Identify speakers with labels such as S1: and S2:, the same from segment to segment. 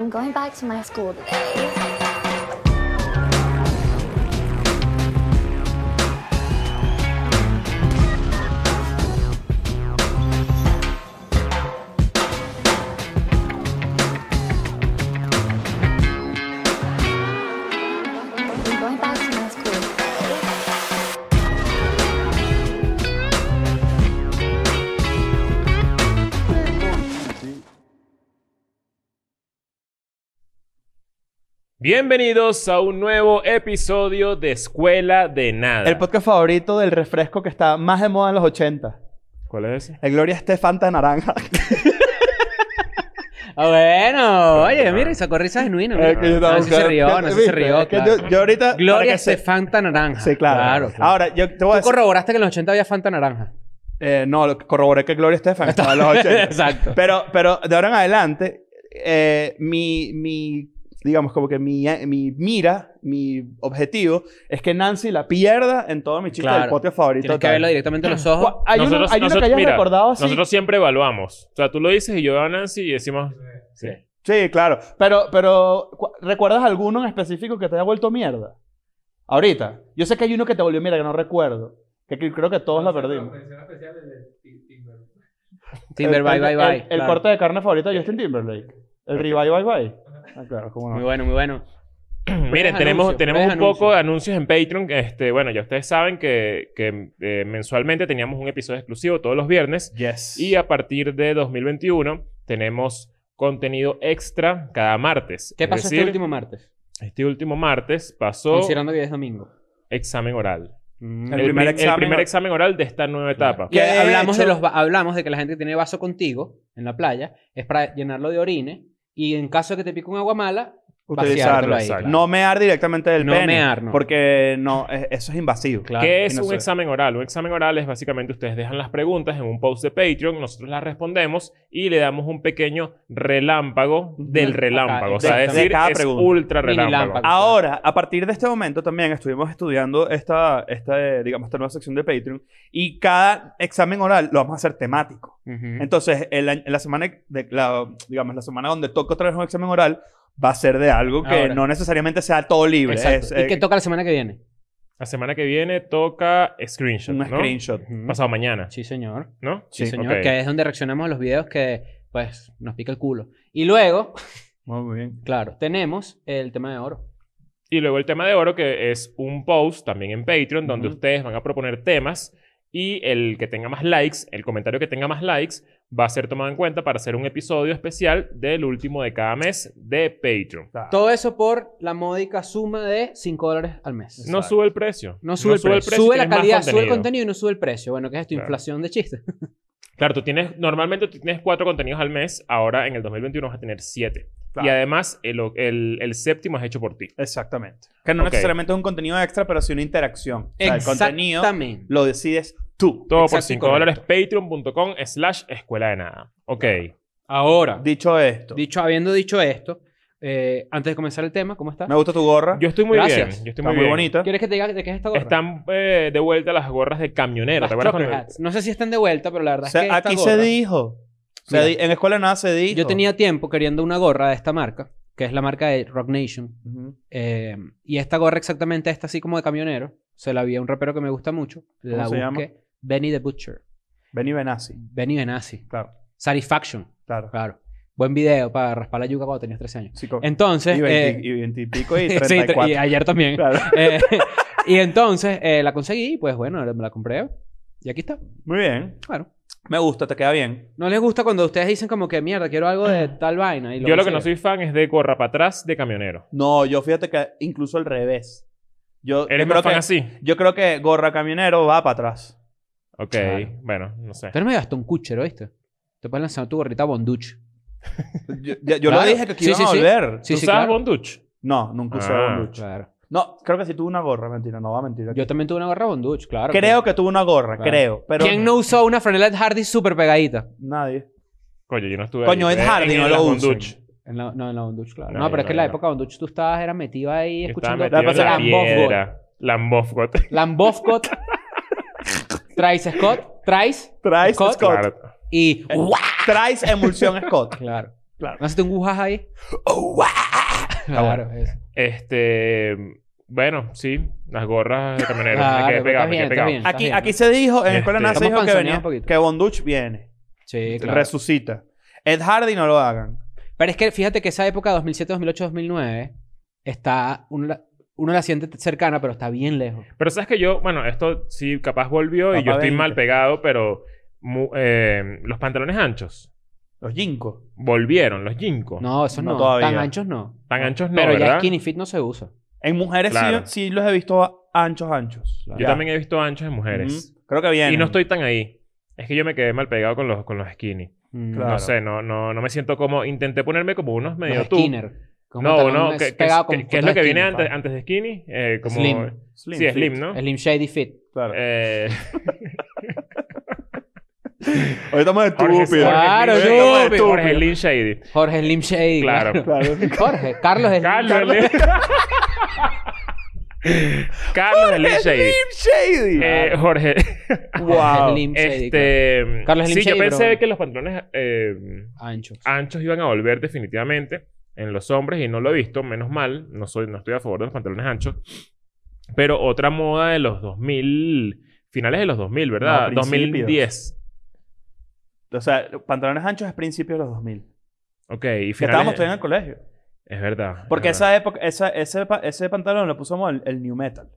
S1: I'm going back to my school today. I'm going back to my school today.
S2: Bienvenidos a un nuevo episodio de Escuela de Nada.
S3: El podcast favorito del refresco que está más de moda en los 80.
S2: ¿Cuál es ese?
S3: El Gloria Estefanta de naranja.
S4: Ah, bueno, oye,
S2: Claro.
S4: mira, y sacó risas genuinas.
S3: Eh,
S4: mira.
S3: que yo estaba
S4: No, sí se
S3: buscando.
S4: rió, no sí se
S3: ¿Viste? Es
S4: rió.
S3: que
S4: claro.
S3: yo, yo ahorita... para
S4: Gloria
S3: que se-
S4: de Fanta Naranja.
S3: Sí, claro. Ahora, yo te voy a
S4: Tú
S3: decir...
S4: corroboraste que en los 80 había Fanta Naranja.
S3: Eh, no, lo que corroboré que Gloria Estefan estaba en los 80.
S4: Exacto.
S3: Pero, pero de ahora en adelante, eh, mi, mi, digamos, como que mi, mi mira, mi objetivo es que Nancy la pierda en todo mi chiste
S4: Claro.
S3: del podcast favorito.
S4: Tienes que
S3: tal.
S4: verlo directamente a los ojos.
S3: Cu- Hay, uno, hay uno que hayas
S2: mira,
S3: recordado así.
S2: Nosotros siempre evaluamos. O sea, tú lo dices y yo veo a Nancy y decimos... Sí.
S3: Sí, claro. Pero, pero, cu- ¿recuerdas alguno en específico que te haya vuelto mierda? Ahorita. Yo sé que hay uno que te volvió mierda, que no recuerdo. Que que creo que todos la perdimos.
S4: Timber,
S3: El-
S4: bye,
S3: el-
S4: bye,
S3: el-
S4: bye.
S3: El,
S4: Claro.
S3: corte de carne favorito de Justin Timberlake. El revive, bye, bye. Ah, claro, cómo
S4: Muy
S3: no.
S4: bueno, muy bueno.
S2: Miren,
S4: anuncios,
S2: tenemos, tenemos un
S4: breves
S2: poco de anuncios en Patreon. Este, bueno, ya ustedes saben que, que, eh, mensualmente teníamos un episodio exclusivo todos los viernes.
S3: Yes.
S2: Y a partir de 2021 tenemos contenido extra cada martes.
S4: ¿Qué
S2: Es
S4: pasó este
S2: decir,
S4: último martes?
S2: Este último martes pasó
S4: Considerando que ya es domingo.
S2: examen oral.
S4: Mm.
S3: El primer
S2: pri-
S3: examen
S2: primer
S3: or-
S2: examen oral de esta nueva etapa.
S3: Que
S4: Que
S3: de
S4: hablamos,
S3: hecho-
S4: de los, va- hablamos de que la gente que tiene vaso contigo en la playa es para llenarlo de orines y en caso de que te pique un agua mala,
S3: Utilizarlo.
S4: vaciártelo ahí,
S2: exacto.
S4: claro.
S3: No mear directamente del
S4: No
S3: pene.
S4: mear, no.
S3: Porque no, es- eso es invasivo.
S4: Claro.
S2: ¿Qué es
S3: no
S2: un
S3: sé.
S2: examen oral? Un examen oral es básicamente ustedes dejan las preguntas en un post de Patreon, nosotros las respondemos y le damos un pequeño relámpago del
S4: Ajá,
S2: relámpago. o sea, es
S4: exactamente.
S2: decir,
S3: De cada
S2: es
S3: pregunta.
S2: ultra
S4: Mini
S2: relámpago.
S4: lámpago.
S3: Ahora, a partir de este momento también estuvimos estudiando esta, esta, eh, digamos, esta nueva sección de Patreon y cada examen oral lo vamos a hacer temático.
S4: Ujú.
S3: Entonces, el año- la semana, de, la, digamos, la semana donde toca otra vez un examen oral va a ser de algo que
S4: Ahora.
S3: no necesariamente sea todo libre.
S4: Exacto.
S3: Es,
S4: ¿Y
S3: eh,
S4: qué toca la semana que viene?
S2: La semana que viene toca screenshot,
S3: un
S2: ¿no?
S3: screenshot.
S4: Ujú.
S2: Pasado mañana,
S4: Sí, señor.
S2: ¿no?
S4: Sí,
S3: Sí.
S4: señor.
S2: Ok.
S4: Que es donde reaccionamos a los videos que, pues, nos pica el culo. Y luego,
S3: Muy bien.
S4: claro, tenemos el tema de oro.
S2: Y luego el tema de oro, que es un post también en Patreon, donde
S3: Ujú.
S2: ustedes van a proponer temas y el que tenga más likes, el comentario que tenga más likes, va a ser tomado en cuenta para hacer un episodio especial del último de cada mes de Patreon.
S4: Todo eso por la módica suma de 5 dólares al mes.
S2: No sube el precio.
S4: No sube, el precio. sube la
S2: tienes más
S4: calidad, sube el contenido y no sube el precio. Bueno, ¿qué es esto?
S2: Claro.
S4: Inflación de chistes.
S2: Claro, tú tienes, normalmente tú tienes cuatro contenidos al mes, ahora en el 2021 vas a tener siete.
S3: Claro.
S2: Y además, el, el- el séptimo es hecho por ti.
S3: Exactamente. Que no
S2: Ok.
S3: necesariamente es un contenido extra, pero sí una interacción. O sea, el contenido
S4: Exactamente.
S3: lo decides tú.
S2: Todo por
S4: Exacto y
S2: 5 dólares, patreon.com slash escuela de nada. Ok.
S4: Ahora,
S3: Dicho esto,
S4: dicho, habiendo dicho esto, eh, antes de comenzar el tema, ¿cómo está?
S3: me gusta tu gorra.
S2: Yo estoy muy
S4: Gracias.
S2: bien. Yo estoy
S3: Está
S2: muy,
S3: muy,
S2: bien.
S3: bonita.
S4: ¿Quieres que te diga de qué es esta gorra?
S2: Están eh, de vuelta las gorras de camionero.
S4: Las
S2: ¿Te acuerdas
S4: trucker
S2: cuando-
S4: hats. No sé si están de vuelta, pero la
S3: O
S4: verdad
S3: sea,
S4: es que esta
S3: aquí
S4: gorra-
S3: se dijo. Se
S4: Mira.
S3: di- en escuela de nada se dijo.
S4: Yo tenía tiempo queriendo una gorra de esta marca, que es la marca de Rock Nation.
S3: Ujú.
S4: Eh, y esta gorra exactamente, esta así como de camionero, se la vi a un rapero que me gusta mucho. la
S3: se
S4: busqué.
S3: llama?
S4: Benny the Butcher.
S3: Benny Benassi.
S4: Benny Benassi.
S3: Claro,
S4: Satisfaction.
S3: claro.
S4: Claro. Buen video para raspar la yuca cuando tenías 13 años.
S3: Sí, con-
S4: Entonces...
S3: y, 20,
S4: eh,
S3: y 20 y pico y
S4: sí, tre-
S3: 34.
S4: y ayer también.
S3: Claro.
S4: Eh, y entonces eh, la conseguí, pues bueno, me la compré. Y aquí está.
S3: Muy bien.
S4: Claro.
S3: Me gusta, te queda bien.
S4: No les gusta cuando ustedes dicen como que mierda, quiero algo de tal vaina. Y
S2: Yo lo que no soy
S4: consiguen.
S2: fan es de gorra para atrás de camionero.
S3: No, yo fíjate que incluso al revés. Yo,
S2: ¿Eres
S3: yo creo
S2: más fan
S3: Eh, que,
S2: así?
S3: Yo creo que gorra camionero va para atrás.
S2: Ok.
S4: Claro.
S2: Bueno, no sé.
S4: Tú eres medio Aston Kutcher, ¿oíste? Te puedes lanzar tu gorrita Bonduch.
S3: Yo, ya- yo
S4: Claro.
S3: lo dije que aquí
S4: Sí,
S3: iban
S4: sí,
S3: a
S4: sí.
S3: volver.
S4: Sí,
S2: ¿Tú
S4: sí,
S2: sabes
S4: claro.
S2: Bonduch?
S3: No, nunca usé
S2: Ah.
S3: bonduch.
S4: Claro.
S3: No, creo que sí tuve una gorra. Mentira, no va a mentir. aquí.
S4: Yo también tuve una gorra Bonduch, claro.
S3: creo que tuve una gorra,
S4: Claro.
S3: creo. Pero
S4: ¿Quién no usó una franela de Hardy súper pegadita?
S3: Nadie.
S2: Coño, yo no estuve
S3: Coño,
S2: ahí.
S3: Ed
S2: Eh,
S3: Hardy,
S2: en
S3: no
S2: el
S3: lo
S2: Bonduch.
S3: usen.
S4: En la- no, en la Bonduch, claro.
S2: No,
S4: No, pero es
S2: no,
S4: que en la
S2: no.
S4: época Bonduch tú estabas era metido ahí
S2: Yo Estaba
S4: escuchando...
S2: metido en la
S3: Lambofgot.
S2: piedra. Lambofgot.
S4: Lambofcott, Trice Scott, Trice
S3: Traes
S4: Scott.
S3: Scott.
S2: Claro.
S4: y...
S3: Traes emulsión Scott.
S4: Claro.
S3: Claro.
S4: ¿No haces un gujas ahí?
S2: Ah,
S4: Claro, eso.
S2: Este. Bueno, sí, las gorras de camionero.
S4: Claro,
S2: me quedé
S4: Ah, pero
S2: pegado,
S4: está
S2: me quedé
S4: bien, está
S2: pegado.
S4: bien.
S3: Aquí,
S4: viendo.
S3: aquí se dijo, en la escuela
S2: Este,
S3: nazi
S4: estamos
S3: dijo que,
S4: panzoneados
S3: venía,
S4: un poquito.
S3: que Bonduch viene,
S4: Sí, claro.
S3: resucita. Ed Hardy no lo hagan.
S4: Pero es que fíjate que esa época, 2007, 2008, 2009, está. Uno la, uno la siente cercana, pero está bien lejos.
S2: Pero sabes que yo, bueno, esto sí, capaz volvió y
S3: Papá
S2: yo estoy
S3: veinte.
S2: mal pegado, pero mu- eh, los pantalones anchos
S3: Los Jinko.
S2: volvieron, los ginkgo.
S4: No, esos
S3: No
S4: no.
S3: todavía.
S4: Tan anchos no.
S2: Tan anchos no,
S4: Pero
S2: ¿verdad?
S4: ya skinny fit no se usa.
S3: En mujeres sí-
S2: Claro.
S3: sí, los he visto a- anchos, anchos.
S2: Yo también he visto anchos en mujeres.
S3: Creo que viene.
S2: Y no estoy tan ahí. Es que yo me quedé mal pegado con los, con los skinny.
S4: Mm,
S3: Claro.
S2: No sé, no, no, no me siento como... Intenté ponerme como unos
S4: los
S2: medio tú.
S4: skinner. Como
S2: No,
S4: tan-
S2: no,
S4: es
S2: ¿qué, qué,
S4: pegado con
S2: qué- qué es lo que
S4: fotos
S2: viene
S4: skinny,
S2: antes,
S4: pa.
S2: antes de skinny? Eh, como...
S4: Slim.
S3: Slim,
S2: sí,
S3: sí.
S2: slim, ¿no?
S4: Slim Shady Fit.
S3: Claro.
S2: Eh,
S3: Hoy estamos
S2: Jorge,
S3: estúpidos.
S4: Claro,
S2: Jorge, Slim-
S4: estúpido.
S2: Jorge, Jorge Slim Shady.
S4: Jorge Slim Shady.
S2: Claro.
S3: Claro.
S4: Jorge, Carlos Slim.
S2: Carlos Slim. Carlos Slim Shady.
S3: Slim Shady.
S2: Eh, Jorge,
S3: Wow.
S4: Carlos Slim Shady.
S2: este,
S4: Carlos Slim
S2: sí, yo
S4: Shady,
S2: pensé
S4: bro.
S2: que los pantalones eh,
S4: claro. Ah, Anchos.
S2: anchos iban a volver definitivamente en los hombres y no lo he visto, menos mal, no, soy, no estoy a favor de los pantalones anchos. Pero otra moda de los 2000, finales de los 2000, ¿verdad?
S3: No, principios.
S2: 2010.
S3: O sea, pantalones anchos es principio de los 2000.
S2: Ok, y
S3: Que estábamos
S2: finales...
S3: todavía en el colegio.
S2: Es verdad. es
S3: Porque
S2: verdad.
S3: esa época, esa, ese, pa- ese pantalón lo pusimos el, el New Metal.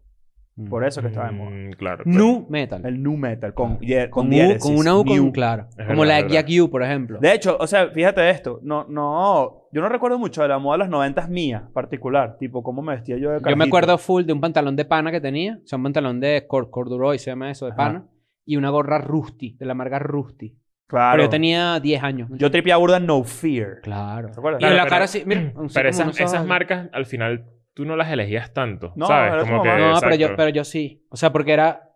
S3: Por eso que estaba en moda.
S2: Mm, claro. claro.
S4: Nu metal.
S3: El New Metal. Con, die- con,
S4: Ah. con, U,
S3: diéresis,
S4: con una U, con
S3: new.
S4: un claro.
S2: verdad,
S4: Como la
S2: es
S4: de
S2: verdad.
S4: Jack U, por ejemplo.
S3: De hecho, o sea, fíjate esto. No, no, yo no recuerdo mucho de la moda de los 90 mía, particular. Tipo, cómo me vestía yo de
S4: Yo me
S3: carajito.
S4: acuerdo full de un pantalón de pana que tenía. O sea, un pantalón de cor- corduroy, se llama eso, de
S3: Ajá.
S4: pana. Y una gorra Rusty, de la marca Rusty.
S3: Claro.
S4: Pero yo tenía 10 años.
S3: Yo tripeaba burda No Fear.
S4: Claro.
S3: ¿Te acuerdas?
S4: Y en la
S2: Claro, pero-
S4: cara así, mira. así
S2: Pero
S4: como unos
S2: esas, esas
S4: ojos.
S2: marcas, al final, tú no las elegías tanto.
S3: No,
S2: ¿Sabes?
S3: era
S2: Como
S3: tu
S2: que,
S3: mamá.
S4: No,
S2: Ah,
S4: pero yo,
S2: exacto.
S4: pero yo sí. O sea, porque era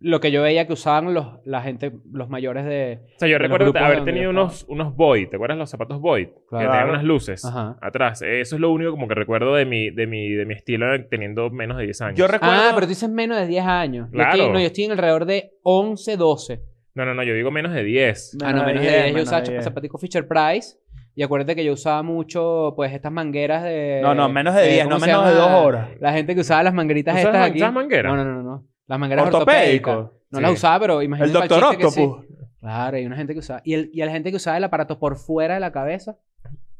S4: lo que yo veía que usaban los, la gente, los mayores de...
S2: O sea, yo
S4: de los
S2: recuerdo
S4: grupos
S2: haber
S4: donde yo
S2: tenido
S4: estaba.
S2: unos, unos Void. ¿Te acuerdas los zapatos Void? Que
S4: Claro.
S2: tenían unas luces
S4: Ajá.
S2: atrás. Eso es lo único como que recuerdo de mi, de mi, de mi estilo teniendo menos de 10 años.
S3: Yo recuerdo.
S4: Ah, pero tú dices menos de 10 años. Yo estoy-
S2: Claro.
S4: no, yo estoy en alrededor de 11, 12.
S2: No, no, no. Yo digo menos de 10.
S4: ah, no, menos de 10. Yo usaba
S3: menos de
S4: chap-
S3: 10.
S4: zapaticos Fisher Price. Y acuérdate que yo usaba mucho, pues, estas mangueras de...
S3: No, no, menos de
S4: eh,
S3: 10,
S4: ¿cómo
S3: no
S4: se
S3: menos de
S4: llama?
S3: 2 horas.
S4: La gente que usaba las mangueritas
S2: ¿Usabas
S4: estas
S2: man-
S4: aquí.
S2: usabas manguera?
S4: No, no, no, no. Las mangueras
S3: Ortopédico.
S4: ortopédicas. No
S2: Sí.
S4: las usaba, pero imagínate
S3: El doctor pues.
S4: chiste que sí.
S3: Octopus.
S4: Claro, hay una gente que usaba. Y, el, y a la gente que usaba el aparato por fuera de la cabeza.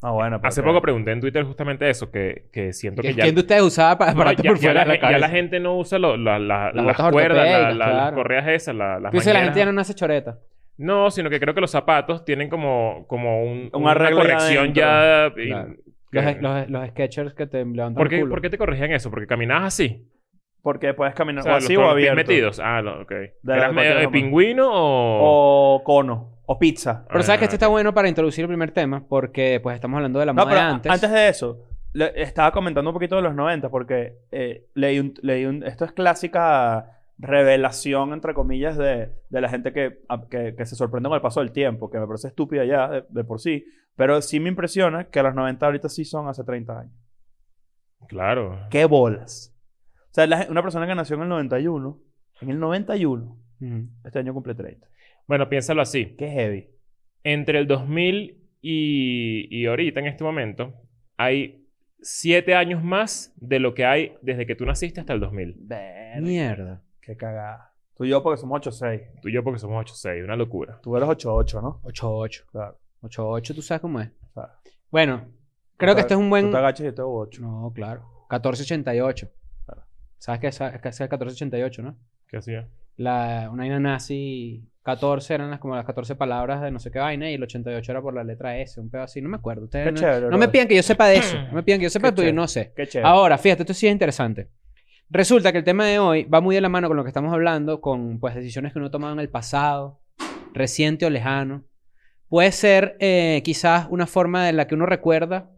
S3: Ah, bueno. pero
S2: Hace
S3: claro.
S2: poco pregunté en Twitter justamente eso, que, que siento que,
S4: ¿Quién
S2: ya...
S4: de ustedes usaba pa-
S2: no,
S4: aparato
S2: ya-
S4: por
S2: ya la,
S4: fuera de la
S2: gen- ya
S4: cabeza?
S2: la gente no usa lo- la- la-
S4: Las
S2: las
S4: botas
S2: cuerdas, la-
S4: ortopédicas,
S2: la- las
S4: claro.
S2: correas esas, la- las
S4: Tú dices, la
S2: mangueras.
S4: gente ya no nace choreta.
S2: No, sino que creo que los zapatos tienen como, como un,
S3: Un arreglo ya
S2: corrección
S3: adentro.
S2: ya... y-
S4: Claro.
S2: que-
S4: Los, los, los sketchers que te levantan
S2: ¿Por
S4: el
S2: qué,
S4: culo.
S2: por qué te corregían eso? Porque caminabas así.
S3: Porque puedes caminar
S2: O sea,
S3: o así
S2: los,
S3: o
S2: los pies
S3: abierto.
S2: metidos. Ah, no, ok.
S3: la-
S2: ¿Eras medio de
S3: de cualquier forma.
S2: pingüino o...?
S3: O cono. O pizza.
S4: Pero sabes que esto
S2: Ah,
S4: está bueno para introducir el primer tema, porque pues estamos hablando de la
S3: No,
S4: moda
S3: pero antes.
S4: antes.
S3: de eso, le- estaba comentando un poquito de los 90 porque eh, leí, un, leí un- Esto es clásica revelación, entre comillas, de, de la gente que, a- que, que se sorprende con el paso del tiempo, que me parece estúpida ya de, de por sí, pero sí me impresiona que los 90 ahorita sí son hace 30 años.
S2: Claro.
S3: ¡Qué bolas! O sea, la gen- una persona que nació en el 91, en el 91,
S4: Ujú.
S3: este año cumple 30.
S2: Bueno, piénsalo así.
S3: ¡Qué heavy!
S2: Entre el 2000 y, y ahorita, en este momento, hay siete años más de lo que hay desde que tú naciste hasta el 2000.
S3: Verga,
S4: Mierda.
S3: ¡Qué cagada! Tú y yo porque somos 8-6.
S2: Tú y yo porque somos 8-6, una locura.
S3: Tú eres 8-8, ¿no?
S4: 8-8.
S3: Claro.
S4: 8-8, tú sabes cómo es.
S3: Claro.
S4: Bueno, creo
S3: Tú te-
S4: que este es un
S3: Tú
S4: buen...
S3: te agachas y yo te hago 8.
S4: No, claro. 1488.
S3: Claro.
S4: ¿Sabes qué es esa- qué es el 1488, no?
S2: ¿Qué hacía?
S4: La, una vaina nazi, 14 eran las, como las 14 palabras de no sé qué vaina y el 88 era por la letra S, un pedo así. No me acuerdo. Ustedes
S3: Qué
S4: no,
S3: chévere,
S4: no
S3: bro.
S4: me pidan que yo sepa de eso. No me pidan que yo sepa
S3: Qué
S4: porque yo
S3: chévere.
S4: no sé.
S3: Qué chévere.
S4: Ahora, fíjate, esto sí es interesante. Resulta que el tema de hoy va muy de la mano con lo que estamos hablando, con pues decisiones que uno ha tomado en el pasado, reciente o lejano. Puede ser eh, quizás una forma de la que uno recuerda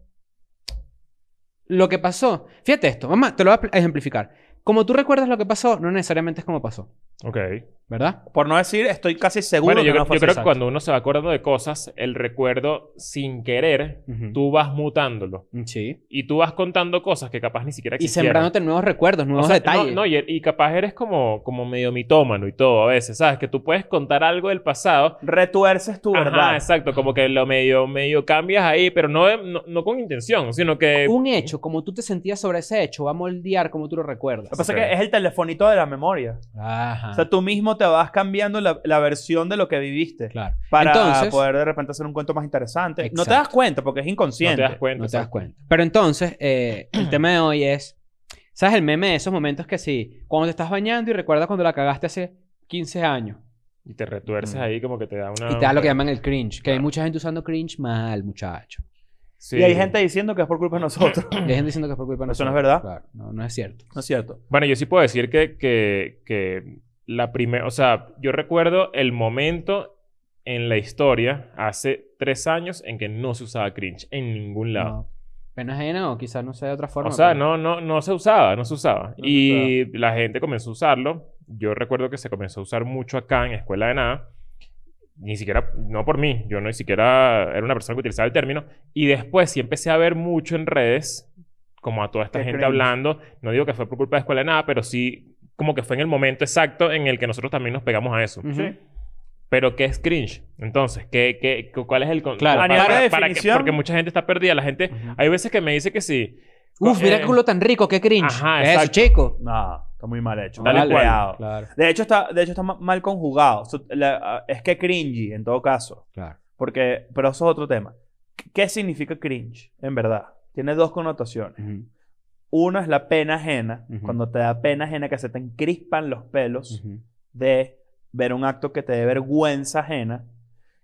S4: lo que pasó. Fíjate esto, mamá, te lo voy a pl- ejemplificar. Como tú recuerdas lo que pasó, no necesariamente es como pasó.
S2: Ok.
S4: ¿verdad?
S3: Por no decir, estoy casi seguro
S2: Bueno, yo,
S3: que
S2: creo-
S3: no fue
S2: yo creo
S3: así.
S2: que cuando uno se va acordando de cosas, el recuerdo sin querer,
S4: Ujú.
S2: tú vas mutándolo.
S3: mm,
S4: Sí.
S2: Y tú vas contando cosas que capaz ni siquiera
S4: Y
S2: existieron.
S4: sembrándote nuevos recuerdos,
S2: O
S4: nuevos
S2: sea,
S4: detalles.
S2: No, no, y, y capaz eres como, como medio mitómano y todo a veces, ¿sabes? Que tú puedes contar algo del pasado.
S3: Retuerces tu
S2: Ajá,
S3: verdad.
S2: exacto. Como que lo medio, medio cambias ahí, pero no, de- no, no con intención, sino que...
S4: Un hecho, como tú te sentías sobre ese hecho, va a moldear como tú lo recuerdas.
S3: Lo que pasa
S2: Ok. Ah.
S3: es que es el telefonito de la memoria.
S4: Ajá.
S3: O sea, tú mismo te vas cambiando la, la versión de lo que viviste.
S4: claro.
S3: Para
S4: Entonces-
S3: poder de repente hacer un cuento más interesante. No te
S4: Exacto.
S3: das cuenta porque es
S2: No
S3: inconsciente.
S2: te das cuenta.
S4: No te das
S2: exacto.
S4: cuenta. Pero entonces, eh, el tema de hoy es, ¿sabes el meme de esos momentos que sí? Cuando te estás bañando y recuerdas cuando la cagaste hace 15 años.
S2: Y te retuerces
S3: Mm.
S2: ahí como que te da una...
S4: y
S3: Ah,
S4: te da lo que llaman el cringe. Que hay
S2: Claro.
S4: mucha gente usando cringe mal, muchacho.
S2: Sí.
S3: Y hay gente diciendo que es por culpa de nosotros.
S4: Y hay gente diciendo que es por culpa de
S3: Eso no es
S4: nosotros.
S3: verdad.
S4: Claro, no, no es cierto.
S3: no es cierto.
S2: Bueno, yo sí puedo decir que, que, que la primera, o sea, yo recuerdo el momento en la historia hace tres años en que no se usaba cringe en ningún lado.
S4: No. Pena ajena o quizás no sea de otra forma.
S2: o sea, no,
S4: pero-
S2: no, no se usaba, no se usaba.
S3: se
S2: y la gente comenzó a usarlo. Yo recuerdo que se comenzó a usar mucho acá en Escuela de Nada. Ni siquiera, no por mí, yo no ni siquiera era una persona que utilizaba el término. Y después sí empecé a ver mucho en redes, como a toda esta
S3: Qué
S2: gente
S3: cringe.
S2: hablando. No digo que fue por culpa de Escuela de Nada, pero sí como que fue en el momento exacto en el que nosotros también nos pegamos a eso.
S4: Ujú.
S3: Sí.
S2: Pero ¿qué es cringe? Entonces, ¿qué, qué, cu- ¿cuál es el... con-
S4: Claro.
S2: para-
S4: A nivel
S3: de
S2: para- para que-
S3: definición-
S2: porque mucha gente está perdida. La gente...
S4: Ujú.
S2: Hay veces que me dice que sí.
S4: Uf, mira qué
S2: Eh,
S4: culo tan rico, qué cringe.
S2: Ajá,
S4: ¿Qué es eso,
S2: exacto.
S4: chico.
S3: No, está muy mal hecho.
S2: Tal
S3: mal
S2: cual.
S3: creado.
S4: Claro,
S3: De hecho, está, de hecho, está ma- mal conjugado. O sea, la- es que cringy, en todo caso.
S4: claro.
S3: Porque, pero eso es otro tema. ¿Qué significa cringe, en verdad? Tiene dos connotaciones.
S4: Ujú,
S3: Uno es la pena ajena,
S4: Ujú.
S3: cuando te da pena ajena que se te encrispan los pelos
S4: ujú.
S3: de ver un acto que te dé vergüenza ajena.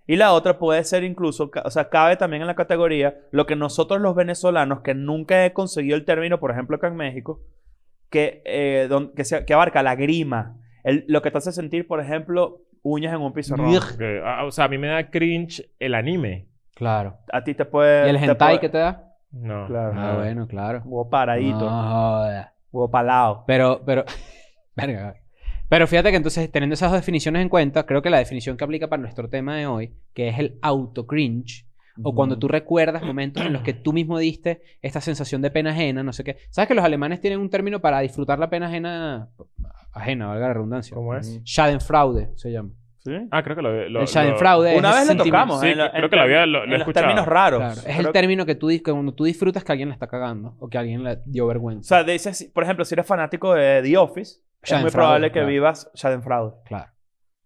S3: Y la otra puede ser incluso, ca- o sea, cabe también en la categoría lo que nosotros los venezolanos, que nunca he conseguido el término, por ejemplo, acá en México, que, eh, don- que, se- que abarca la grima, el- lo que te hace sentir, por ejemplo, uñas en un pizarrón.
S4: Ugh.
S2: Que, ah, o sea, a mí me da cringe el anime.
S4: Claro.
S3: A ti te puede...
S4: ¿Y el
S3: Eh, te
S4: hentai
S3: puede-
S4: que te da?
S2: No.
S3: Claro.
S4: Ah, bueno, claro.
S3: Huevo paradito,
S4: No joda.
S3: huevo palado.
S4: Pero, pero. Verga. Pero fíjate que entonces, teniendo esas dos definiciones en cuenta, creo que la definición que aplica para nuestro tema de hoy, que es el auto-cringe, o cuando tú recuerdas momentos en los que tú mismo diste esta sensación de pena ajena, no sé qué. ¿Sabes que los alemanes tienen un término para disfrutar la pena ajena? Ajena, valga la redundancia.
S2: ¿Cómo es?
S3: Ujú.
S4: Schadenfraude se llama.
S3: ¿Sí?
S2: Ah, creo que lo... lo
S4: el Schadenfraude
S3: Una
S4: Pues,
S3: vez
S4: es ese
S3: lo
S4: sentimiento.
S3: tocamos. ¿eh?
S2: Sí,
S3: en lo-
S2: creo
S3: en
S2: que lo había- lo- lo
S3: en
S2: he
S3: los
S2: escuchado.
S3: términos raros.
S4: Claro, Es
S3: Creo-
S4: el término que tú dices que cuando tú disfrutas que alguien la está cagando o que alguien le dio
S3: O sea,
S4: vergüenza.
S3: dices, por ejemplo, si eres fanático de The Office, es muy
S4: Schadenfreude,
S3: probable que
S4: claro.
S3: vivas Schadenfreude.
S4: Claro.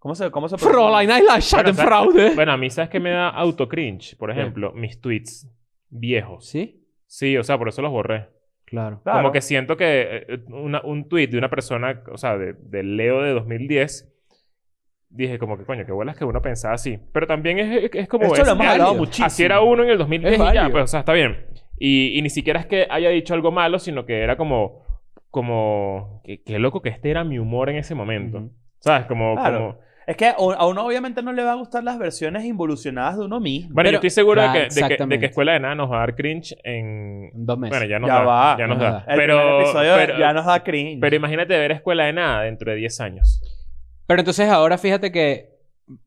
S3: ¿Cómo se, cómo se
S4: Fräulein, I like Schadenfraude.
S2: Bueno, a mí sabes que me da auto-cringe. Por ejemplo, mis tweets viejos.
S4: ¿Sí?
S2: Sí, o sea, por eso los borré.
S4: Claro.
S3: Claro.
S2: Como que siento que eh, una- un tweet de una persona, o sea, de, de Leo de 2010... Dije como que, coño, qué bolas que uno pensaba así. Pero también es, es- es como...
S3: Esto
S2: es-
S3: lo hemos
S2: es-
S3: hablado
S4: válido.
S3: muchísimo.
S2: Así era uno en el 2010 y
S4: Es
S2: ya,
S4: válido.
S2: pues, o sea, está bien. Y, y ni siquiera es que haya dicho algo malo, sino que era como, como, qué, qué loco que este era mi humor en ese momento.
S4: Ujú.
S2: ¿Sabes? Como,
S3: Claro.
S2: como-
S3: Es que a a uno obviamente no le va a gustar las versiones involucionadas de uno mismo.
S2: Bueno, yo
S4: Pero-
S2: estoy seguro de
S4: Claro,
S2: que- de, que, de que,
S4: exactamente.
S2: Escuela de Nada nos va a dar cringe en...
S4: En dos meses.
S2: Bueno, ya nos
S3: Ya
S2: da.
S3: va,
S2: ya nos
S4: nos
S2: da.
S4: da.
S3: El primer
S2: Pero,
S3: episodio
S2: pero,
S3: ya nos da cringe.
S2: pero imagínate ver Escuela de Nada dentro de 10 años.
S4: Pero entonces ahora fíjate que,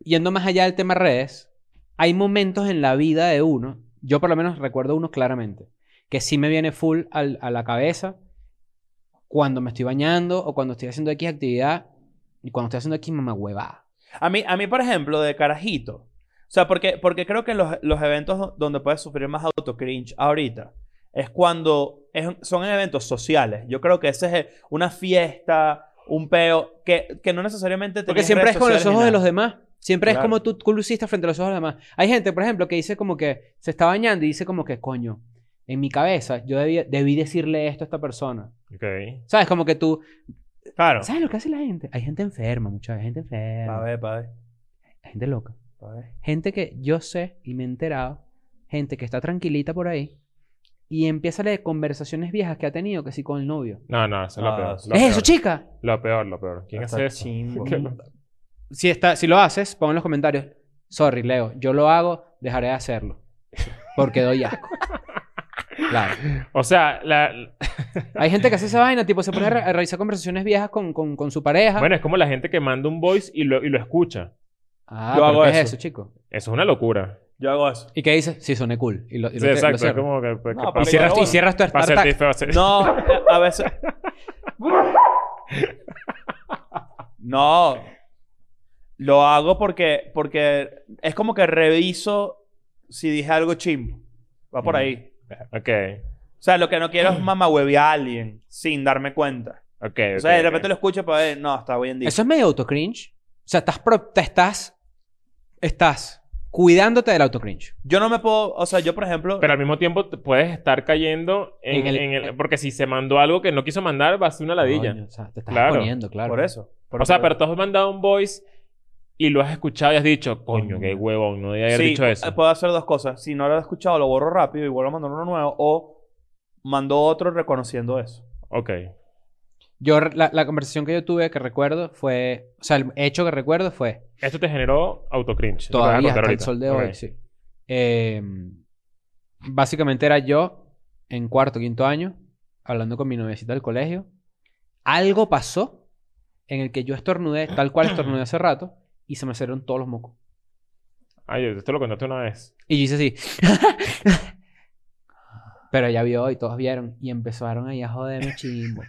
S4: yendo más allá del tema redes, hay momentos en la vida de uno, yo por lo menos recuerdo uno claramente, que sí me viene full al- a la cabeza cuando me estoy bañando o cuando estoy haciendo X actividad y cuando estoy haciendo X mamá huevada.
S3: a, mí, a mí, por ejemplo, de carajito. O sea, porque, porque creo que los, los eventos do- donde puedes sufrir más autocringe ahorita es cuando es- son eventos sociales. Yo creo que ese es el- una fiesta, un peo, que, que no necesariamente
S4: Porque
S3: tenías
S4: siempre
S3: redes
S4: es con los
S3: sociales ni
S4: ojos de
S3: nada.
S4: los demás. Siempre es
S3: Claro.
S4: como tú, tú luciste frente a los ojos de los demás. Hay gente, por ejemplo, que dice como que se está bañando y dice como que, coño, en mi cabeza yo debí, debí decirle esto a esta persona.
S2: Ok.
S4: ¿Sabes? Como que tú...
S3: Claro.
S4: ¿Sabes lo que hace la gente? Hay gente enferma, mucha hay gente
S3: Pa'
S4: enferma.
S3: ver, pa' ver,
S4: Hay gente loca.
S3: pa' ver.
S4: Gente que yo sé y me he enterado, gente que está tranquilita por ahí y empieza a leer conversaciones viejas que ha tenido, que sí, con el novio.
S2: No, no, eso es lo
S3: Ah,
S2: peor.
S3: sí.
S2: Lo
S4: ¿Es
S2: peor,
S4: eso, chica?
S2: Lo peor, lo peor. ¿Quién
S3: Ah, Está
S2: hace eso?
S3: chimbo.
S2: Qué loco.
S4: Si, está, si lo haces, pon en los comentarios. Sorry, Leo, yo lo hago, dejaré de hacerlo. Porque doy asco. Claro.
S2: O sea, la...
S4: Hay gente que hace esa vaina, tipo, se pone a, re- a revisar conversaciones viejas con, con, con su pareja.
S2: Bueno, es como la gente que manda un voice y lo, y lo escucha.
S4: ah,
S3: yo
S4: ¿pero
S3: hago
S4: qué es
S3: eso.
S4: eso, chico?
S2: Eso es una locura.
S3: Yo hago eso.
S4: ¿Y qué dices? Sí, soné cool. Y lo, y lo-
S2: Sí,
S4: lo
S2: exacto. Es
S4: cierro.
S2: como que. que
S3: No,
S2: para-
S4: Y
S3: porque-
S4: cierras, y cierras tu
S2: para
S4: startup.
S2: hacerte- para hacer-
S3: No, eh, a veces. No. Lo hago porque, porque es como que reviso si dije algo chimbo. Va por
S2: Mm.
S3: ahí.
S2: Ok.
S3: O sea, lo que no quiero es mamahueve a alguien sin darme cuenta.
S2: Ok.
S3: O
S2: ok,
S3: sea, de
S2: ok.
S3: repente lo escucho para ver, no, está bien dicho.
S4: Eso es medio autocringe. O sea, estás, pro- te estás, estás cuidándote del autocringe.
S3: Yo no me puedo, o sea, yo por ejemplo,
S2: Pero al mismo tiempo te puedes estar cayendo en,
S4: En el-
S2: en el- Porque si se mandó algo que no quiso mandar, va a ser una ladilla.
S4: Coño, o sea, te estás
S2: Claro.
S4: exponiendo, claro.
S3: por eso. Por
S2: o sea,
S3: eso.
S2: pero tú has mandado un voice y lo has escuchado y has dicho, coño, qué huevón, no debía haber
S3: Sí,
S2: dicho eso.
S3: pu- puedo hacer dos cosas. Si no lo he escuchado, lo borro rápido y vuelvo a mandar uno nuevo o mando otro reconociendo eso.
S2: Ok.
S4: Yo, re- la, la conversación que yo tuve que recuerdo fue, o sea, el hecho que recuerdo fue,
S2: Esto te generó autocringe. Lo vas a
S4: todavía
S2: contar
S4: hasta el
S2: ahorita.
S4: sol de
S2: Ok.
S4: hoy, sí. Eh, básicamente era yo en cuarto, quinto año, hablando con mi noviecita del colegio. Algo pasó en el que yo estornudé, tal cual estornudé hace rato, y se me salieron todos los mocos.
S2: Ay, Ah, esto lo contaste una vez.
S4: Y yo hice así. Pero ella vio y todos vieron y empezaron ahí a joderme chimbo.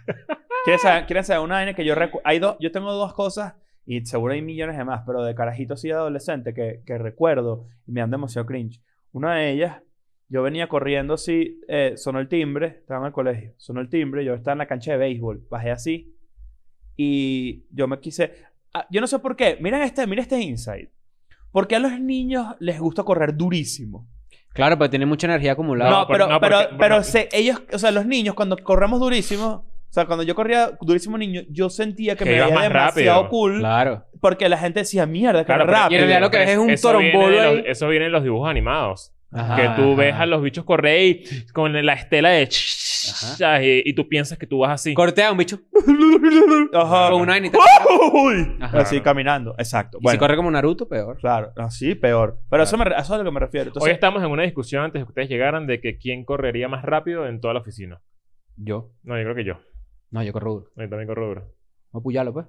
S3: ¿Quieren saber, quieren saber una vaina que yo recu- hay dos, Yo tengo dos cosas y seguro hay millones de más, pero de carajito así de adolescente que, que recuerdo y me han demasiado cringe. Una de ellas, yo venía corriendo así, eh, sonó el timbre, estaba en el colegio, sonó el timbre, yo estaba en la cancha de béisbol, bajé así y yo me quise... ah, yo no sé por qué, miren este, miren este insight. Porque a los niños les gusta correr durísimo.
S4: Claro, pero tiene mucha energía acumulada.
S3: No,
S2: por-
S3: pero,
S2: no,
S3: pero,
S2: porque-
S3: pero
S2: no.
S3: se- ellos, o sea, los niños, cuando corremos durísimo, o sea, cuando yo corría durísimo niño, yo sentía que,
S2: Que
S3: me
S2: ibas
S3: veía
S2: más
S3: demasiado
S2: rápido.
S3: cool
S4: Claro.
S3: porque la gente decía, mierda, que
S2: pero-
S3: rápido.
S4: Y en realidad lo que ves es un
S2: eso viene
S4: torombolo
S2: de
S4: ahí.
S2: los- Eso viene en los dibujos animados.
S4: Ajá,
S2: que tú ves
S4: ajá.
S2: a los bichos correr y con la estela de... ch- Y, y tú piensas que tú vas así.
S4: Cortea a un bicho
S3: Ajá.
S4: con una vainita.
S3: ¡Uy!
S4: Ajá.
S3: Así caminando, exacto.
S4: Y si
S3: Bueno,
S4: corre como Naruto, peor.
S3: claro, así peor. Pero eso, me re- eso es a lo que me refiero.
S2: Hoy
S3: Entonces,
S2: estamos en una discusión antes de que ustedes llegaran de que quién correría más rápido en toda la oficina.
S4: Yo.
S2: No, yo creo que yo.
S4: No, yo corro duro.
S2: Yo también corro duro.
S4: Vamos a puyarlo, pues.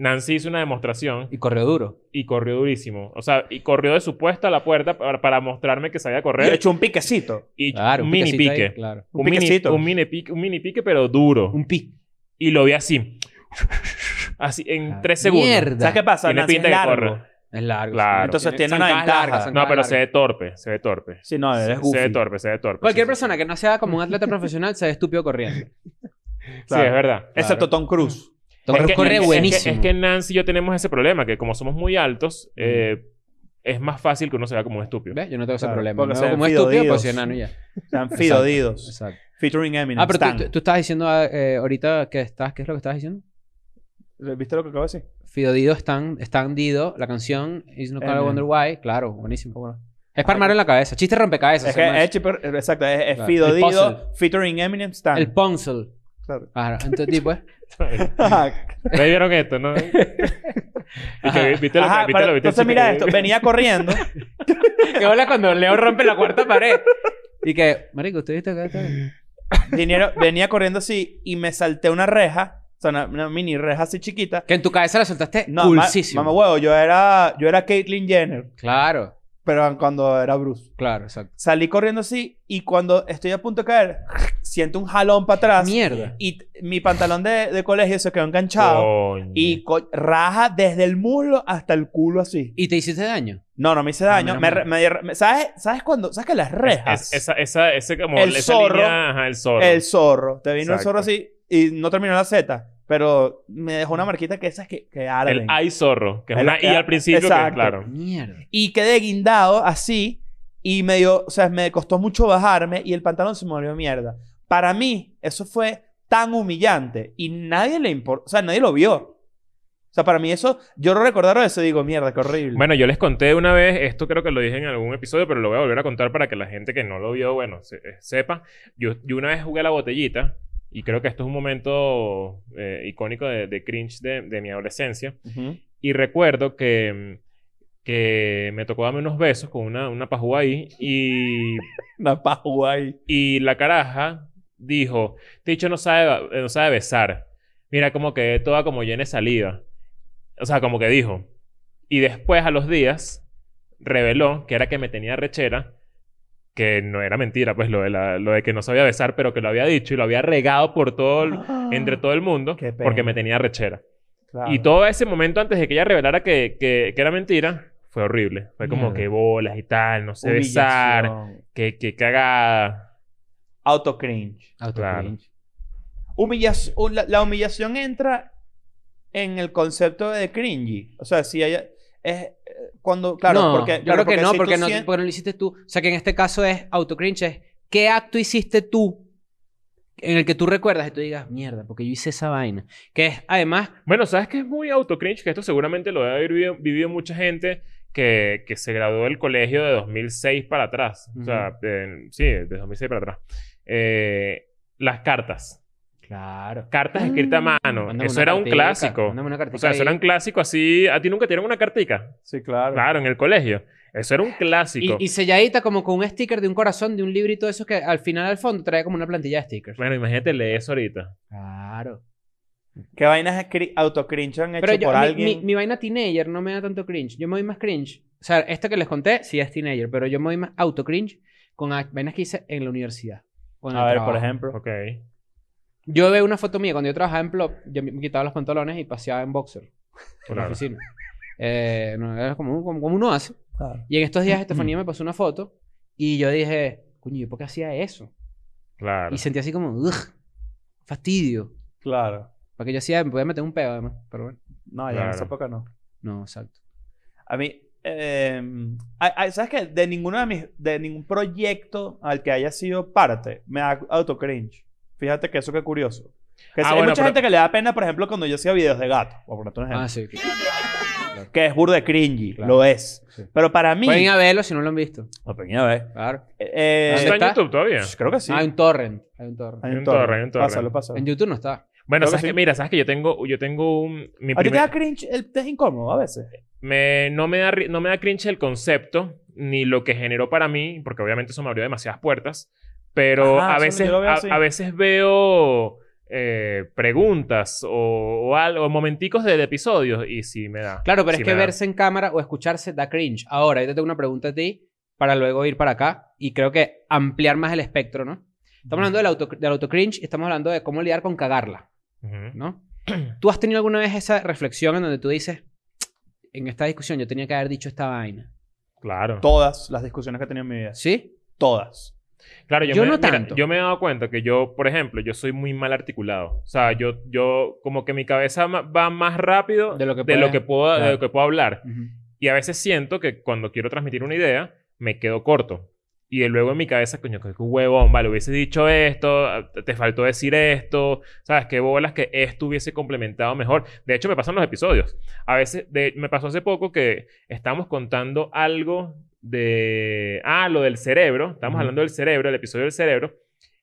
S2: Nancy hizo una demostración
S4: Y corrió duro.
S2: y corrió durísimo. O sea, y corrió de su puesto a la puerta para, para mostrarme que sabía
S3: yo he
S2: correr.
S3: hecho un piquecito.
S2: Y
S4: Claro.
S2: un mini
S4: piquecito ahí,
S2: pique.
S4: claro.
S2: Un,
S3: Un
S2: mini,
S3: piquecito.
S2: un, mini pique, un mini pique, pero duro.
S4: Un pi.
S2: Y lo vi así. Así, en
S4: Ah,
S2: tres segundos.
S4: mierda.
S3: ¿Sabes qué pasa?
S2: Tiene
S3: Nancy es
S2: pinta que
S3: largo.
S2: corre.
S4: Es largo.
S2: Claro.
S3: Entonces tiene una
S4: zancadas
S3: ventaja.
S4: largas,
S2: No,
S4: zancadas
S2: pero se
S4: largas.
S2: ve torpe. Se ve torpe.
S3: Sí, no,
S2: Se-
S3: eres
S2: se ve
S3: goofy.
S2: torpe, se ve torpe.
S4: Cualquier
S2: sí, sí,
S4: persona que no sea como un atleta profesional se ve estúpido corriendo.
S2: Sí,
S3: Claro.
S2: es verdad.
S3: Excepto Tom Cruise.
S4: Tom
S2: Es
S4: Cruise
S2: que-
S4: corre
S2: es que-
S4: buenísimo.
S2: Es que, Nancy y yo tenemos ese problema, que como somos muy altos, eh, es más fácil que uno se vea como un estúpido.
S4: ¿Ves? Yo no tengo ese
S3: Claro,
S4: problema.
S3: porque
S4: Me
S3: se
S4: veo
S3: ven
S4: como estúpido,
S3: fidodidos.
S4: pues soy enano y ya.
S3: Están
S4: Exacto.
S3: fidodidos.
S4: Exacto.
S3: Featuring Eminem.
S4: Ah, pero tú-
S3: Stan.
S4: tú, tú estabas diciendo eh, ahorita que estás, ¿qué es lo que estabas diciendo?
S3: ¿Viste lo que acabo de decir?
S4: Fidodido Stan, Stan Dido, la canción Is No
S2: Eh.
S4: Gonna
S3: Eminem.
S4: Wonder Why, claro, buenísimo.
S3: ¿Cómo no?
S4: Es para armarlo en la cabeza, chiste rompecabezas.
S3: Es que
S4: además.
S3: es chipper- exacto, es, es
S4: Claro.
S3: Fido
S4: El
S3: Dido
S4: puzzle.
S3: featuring Eminem Stan.
S4: el puzzle.
S3: Claro.
S4: Claro, entonces tipo, ¿eh?
S2: ¿No vieron esto, no? ¿Viste,
S4: Ajá.
S2: viste lo que-
S3: Ajá,
S2: viste
S3: pero
S2: lo- viste el
S3: entonces
S2: chiste
S3: mira
S2: que-
S3: esto, venía corriendo.
S4: que hola cuando Leo rompe la cuarta pared. Y que, marico, ¿usted viste acá?
S3: vinieron- venía corriendo así y me salté una reja, o sea, una, una mini reja así chiquita.
S4: Que en tu cabeza la soltaste
S3: No, ma-
S4: pulsísimo.
S3: mamá huevo, yo era yo era Caitlyn Jenner,
S4: claro,
S3: pero cuando era Bruce.
S4: claro, exacto.
S3: Salí corriendo así y cuando estoy a punto de caer, siento un jalón para atrás
S4: Mierda.
S3: y t- mi pantalón de, de colegio se quedó enganchado
S4: Oh,
S2: Coño.
S3: y co- raja desde el muslo hasta el culo así.
S4: ¿Y te hiciste daño?
S3: No, no me hice
S4: Ah,
S3: daño.
S4: menos
S3: me,
S4: mal.
S3: me- me- ¿sabes, ¿Sabes cuando? ¿Sabes que las
S2: Es-
S3: rejas?
S2: esa, esa, ese como...
S3: El
S2: esa
S3: zorro.
S2: línea, ajá, el zorro.
S3: El zorro. Te vino el
S2: Exacto.
S3: zorro así y no terminó la Z. Pero me dejó una marquita que esas que, que
S2: El
S3: arden.
S2: hay zorro, que es
S3: El- ah,
S2: una I al principio, que
S3: Exacto.
S2: claro.
S4: Mierda.
S3: Y quedé guindado así y me dio... O sea, me costó mucho bajarme y el pantalón se me volvió mierda. Para mí, eso fue tan humillante y nadie le importó. O sea, nadie lo vio. O sea, para mí eso... Yo no recordaron eso y digo, mierda, qué horrible.
S2: Bueno, yo les conté una vez, esto creo que lo dije en algún episodio, pero lo voy a volver a contar para que la gente que no lo vio, bueno, se- eh, sepa. Yo, yo una vez jugué a la botellita y creo que esto es un momento eh, icónico de, de cringe de, de mi adolescencia.
S3: Ujú.
S2: Y recuerdo que, que me tocó darme unos besos con una, una pajúa ahí y,
S3: Una pajua ahí.
S2: y la caraja dijo, Ticho no sabe, eh, no sabe besar. Mira como quedé toda como llena de saliva. O sea, como que dijo. Y después, a los días, reveló que era que me tenía rechera, que no era mentira, pues lo de, la- lo de que no sabía besar, pero que lo había dicho y lo había regado por todo, el- entre todo el mundo,
S3: Qué pena.
S2: porque me tenía rechera.
S3: Claro.
S2: Y todo ese momento antes de que ella revelara que, que, que era mentira, fue horrible. Fue como
S4: Mierda.
S2: que bolas y tal, no sé
S3: Humillación.
S2: besar, que, que cagada.
S3: Autocringe.
S4: Autocringe.
S3: Humillación, la, la humillación entra en el concepto de cringy. O sea, si hay... Es, eh, cuando, claro,
S4: no,
S3: porque,
S4: yo
S3: claro,
S4: creo que no,
S3: si tú
S4: porque no,
S3: sien-
S4: porque no lo hiciste tú. O sea, que en este caso es autocringe. Es, ¿Qué acto hiciste tú en el que tú recuerdas y tú digas, mierda, porque yo hice esa vaina? Que es, además,
S2: Bueno, ¿sabes qué es muy autocringe? Que esto seguramente lo debe haber vivido, vivido mucha gente que, que se graduó del colegio de 2006 para atrás. O sea, en- sí, de 2006 para atrás. Eh, las cartas.
S4: claro.
S2: Cartas escritas a mano. Ah, Eso era un clásico. O sea, eso era un clásico así. ¿A ti nunca te dieron una cartica?
S3: Sí, claro.
S2: Claro, en el colegio. Eso era un clásico.
S4: Y, y selladita como con un sticker de un corazón, de un librito de esos que al final al fondo trae como una plantilla de stickers.
S2: Bueno, imagínate leer eso ahorita.
S4: Claro.
S3: ¿Qué vainas cri- autocringe han hecho
S4: Pero yo,
S3: por
S4: mi,
S3: alguien?
S4: mi- mi vaina teenager no me da tanto cringe. Yo me voy más cringe. O sea, esta que les conté sí es teenager, pero yo me voy más auto cringe con act- vainas que hice en la universidad. o en
S3: A
S4: el
S3: ver,
S4: trabajo.
S3: por ejemplo.
S2: Ok.
S4: Yo veo una foto mía cuando yo trabajaba en Plop, yo me quitaba los pantalones y paseaba en boxer por la
S2: Claro.
S4: oficina. Eh, no, era como, como, como uno hace.
S3: Claro.
S4: Y en estos días Estefanía me pasó una foto y yo dije, coño, ¿yo por qué hacía eso?
S2: Claro.
S4: Y sentí así como, "Ugh, fastidio.
S3: Claro.
S4: Porque yo hacía, me podía meter un pedo además, pero bueno.
S3: No, ya en
S2: Claro.
S3: esa época no.
S4: No, exacto.
S3: A mí, eh, ay- ay, ¿sabes qué? De ninguno de mis, de ningún proyecto al que haya sido parte, me da autocringe. Fíjate que eso que curioso. Que
S2: Ah,
S3: sí, hay
S2: bueno,
S3: mucha
S2: pero-
S3: gente que le da pena, por ejemplo, cuando yo hacía videos de gato, por ponerte un ejemplo,
S4: Ah, sí. claro.
S3: que es burda de cringy,
S4: Claro.
S3: lo es.
S4: Sí.
S3: Pero para mí,
S4: Pueden ir a verlo si no lo han visto.
S3: Lo pueden ir a ver.
S4: Claro.
S3: Eh,
S2: ¿Eso está en
S4: ¿está?
S2: YouTube todavía?
S3: pues, creo que sí.
S4: Ah, Hay un torrent. Hay un torrent.
S3: Hay
S2: un torre, hay un torre.
S3: Pásalo, pásalo.
S4: En YouTube no está.
S2: Bueno,
S3: Creo que
S2: sabes que,
S3: sí.
S2: mira, sabes que yo tengo, yo tengo un. Mi
S3: ¿A ti te
S2: primer-
S3: da cringe? El, ¿Te es incómodo a veces?
S2: me, no, me da, ri- no me da cringe el concepto, ni lo que generó para mí, porque obviamente eso me abrió demasiadas puertas. Pero
S3: Ajá,
S2: a,
S3: eso
S2: veces,
S3: yo lo veo
S2: a,
S3: así.
S2: a veces veo eh, preguntas o, o algo, o momenticos de, de episodios y sí me da.
S4: Claro, pero
S2: sí
S4: es que
S2: me da.
S4: verse en cámara o escucharse da cringe. Ahora, yo te tengo una pregunta a ti para luego ir para acá y creo que ampliar más el espectro, ¿no? Estamos hablando del, auto, del autocringe y estamos hablando de cómo lidiar con cagarla,
S2: Ujú.
S4: ¿no? ¿Tú has tenido alguna vez esa reflexión en donde tú dices, en esta discusión yo tenía que haber dicho esta vaina?
S2: Claro.
S3: Todas las discusiones que he tenido en mi vida.
S4: ¿Sí?
S3: Todas.
S2: Claro, yo,
S4: Yo
S2: me,
S4: no
S2: mira,
S4: tanto.
S2: yo me he dado cuenta que yo, por ejemplo, yo soy muy mal articulado. O sea, yo, yo como que mi cabeza ma- va más rápido
S4: De lo que
S2: de,
S4: puedes-
S2: lo que puedo, de
S4: claro.
S2: lo que puedo hablar.
S4: Ujú.
S2: Y a veces siento que cuando quiero transmitir una idea, me quedo corto. Y de luego en mi cabeza, coño, qué huevón, vale, hubiese dicho esto, te faltó decir esto, ¿sabes? Qué bolas que esto hubiese complementado mejor. De hecho, me pasan los episodios. A veces, de- me pasó hace poco que estábamos contando algo de. Ah, lo del cerebro. Estábamos
S4: Ujú.
S2: hablando del cerebro, el episodio del cerebro.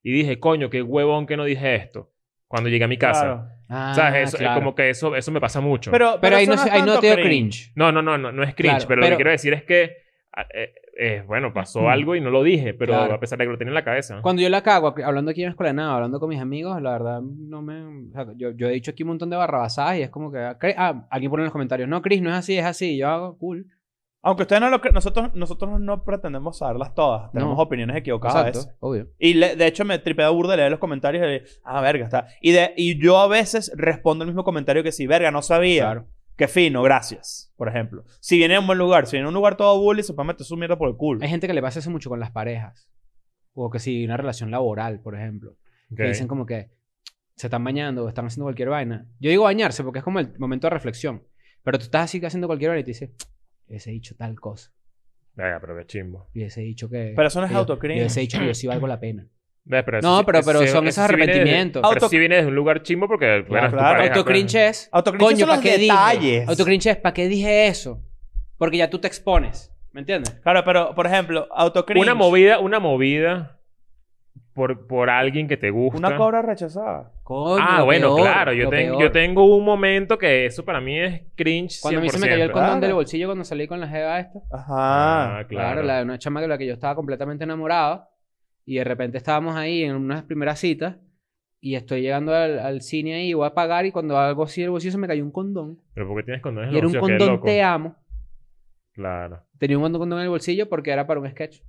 S2: Y dije, coño, qué huevón que no dije esto. Cuando llegué a mi casa.
S3: Claro.
S4: Ah,
S2: ¿Sabes? Eso-
S4: claro.
S2: Como que eso, eso me pasa mucho.
S3: Pero,
S4: Pero, ahí, no,
S3: eso
S4: se- ahí
S3: es
S4: no
S3: tanto
S4: te dio cringe.
S2: No, no, no, no, no es cringe,
S4: Claro,
S2: pero, lo
S4: pero-
S2: que quiero decir es que ah, eh, eh, bueno, pasó
S4: Ujú.
S2: algo y no lo dije, pero
S4: Claro.
S2: a pesar de que lo tenía en la cabeza.
S4: Cuando yo la cago, aquí- hablando aquí en la escuela de nada, hablando con mis amigos, la verdad no me. o sea, yo, yo he dicho aquí un montón de barrabasadas y es como que. ah, Cri- Ah, alguien pone en los comentarios, no, Chris, no es así, es así. Yo hago cool.
S3: Aunque ustedes no lo crean, nosotros, nosotros no pretendemos saberlas todas. Tenemos
S4: No.
S3: opiniones equivocadas. a veces.
S4: obvio.
S3: Y le- de hecho me tripea burda leer los comentarios y le- ah, verga, está. Y, de, y yo a veces respondo el mismo comentario que sí, verga, no sabía.
S4: Claro.
S3: Qué fino, gracias, por ejemplo. Si viene a un buen lugar, si viene a un lugar todo bully, se puede meter su mierda por el culo.
S4: Hay gente que le pasa eso mucho con las parejas. O que si una relación laboral, por ejemplo.
S2: Ok.
S4: Que dicen como que se están bañando o están haciendo cualquier vaina. Yo digo bañarse porque es como el momento de reflexión. Pero tú estás así haciendo cualquier vaina y te dices, hubiese dicho tal cosa.
S2: Venga, pero qué chimbo.
S4: Hubiese dicho que.
S3: Pero eso no es
S4: que yo-
S3: autocrítica.
S4: Hubiese dicho que yo sí valgo la pena.
S2: Ve, pero eso
S4: No,
S2: sí-
S4: pero,
S2: eso
S4: pero
S2: sí-
S4: son
S2: eso
S4: esos
S2: sí viene de-
S4: arrepentimientos.
S2: pero
S3: Auto-
S2: sí viene desde un lugar chimbo porque, bueno, es tu
S3: claro.
S2: pareja, pues.
S4: Autocringe es.
S3: Autocringe
S4: Coño,
S3: son
S4: ¿para
S3: los
S4: qué dije?
S3: detalles.
S4: Autocringe es, ¿para qué dije eso? Porque ya tú te expones. ¿Me entiendes?
S3: Claro, pero por ejemplo, autocringe.
S2: Una movida, una movida por, por alguien que te gusta.
S3: Una cobra rechazada.
S4: Coño.
S2: ah,
S4: lo
S2: bueno,
S4: peor,
S2: claro. Yo,
S4: lo
S2: ten- yo
S4: peor.
S2: tengo un momento que eso para mí es cringe.
S4: Cuando a mí se me cayó el
S2: 100%.
S4: condón
S3: Claro.
S4: del bolsillo cuando salí con la jeva esta.
S3: Ajá.
S2: Ah,
S4: Claro,
S2: claro.
S4: la de una chama de la que yo estaba completamente enamorado. Y de repente estábamos ahí en unas primeras citas y estoy llegando al, al cine ahí, voy a pagar y cuando algo así del bolsillo se me cayó un condón.
S2: Pero porque tienes condones en
S4: Y era
S2: los
S4: un
S2: bolsillos? Qué
S4: condón
S2: loco.
S4: te amo.
S2: Claro.
S4: Tenía un condón en el bolsillo porque era para un sketch.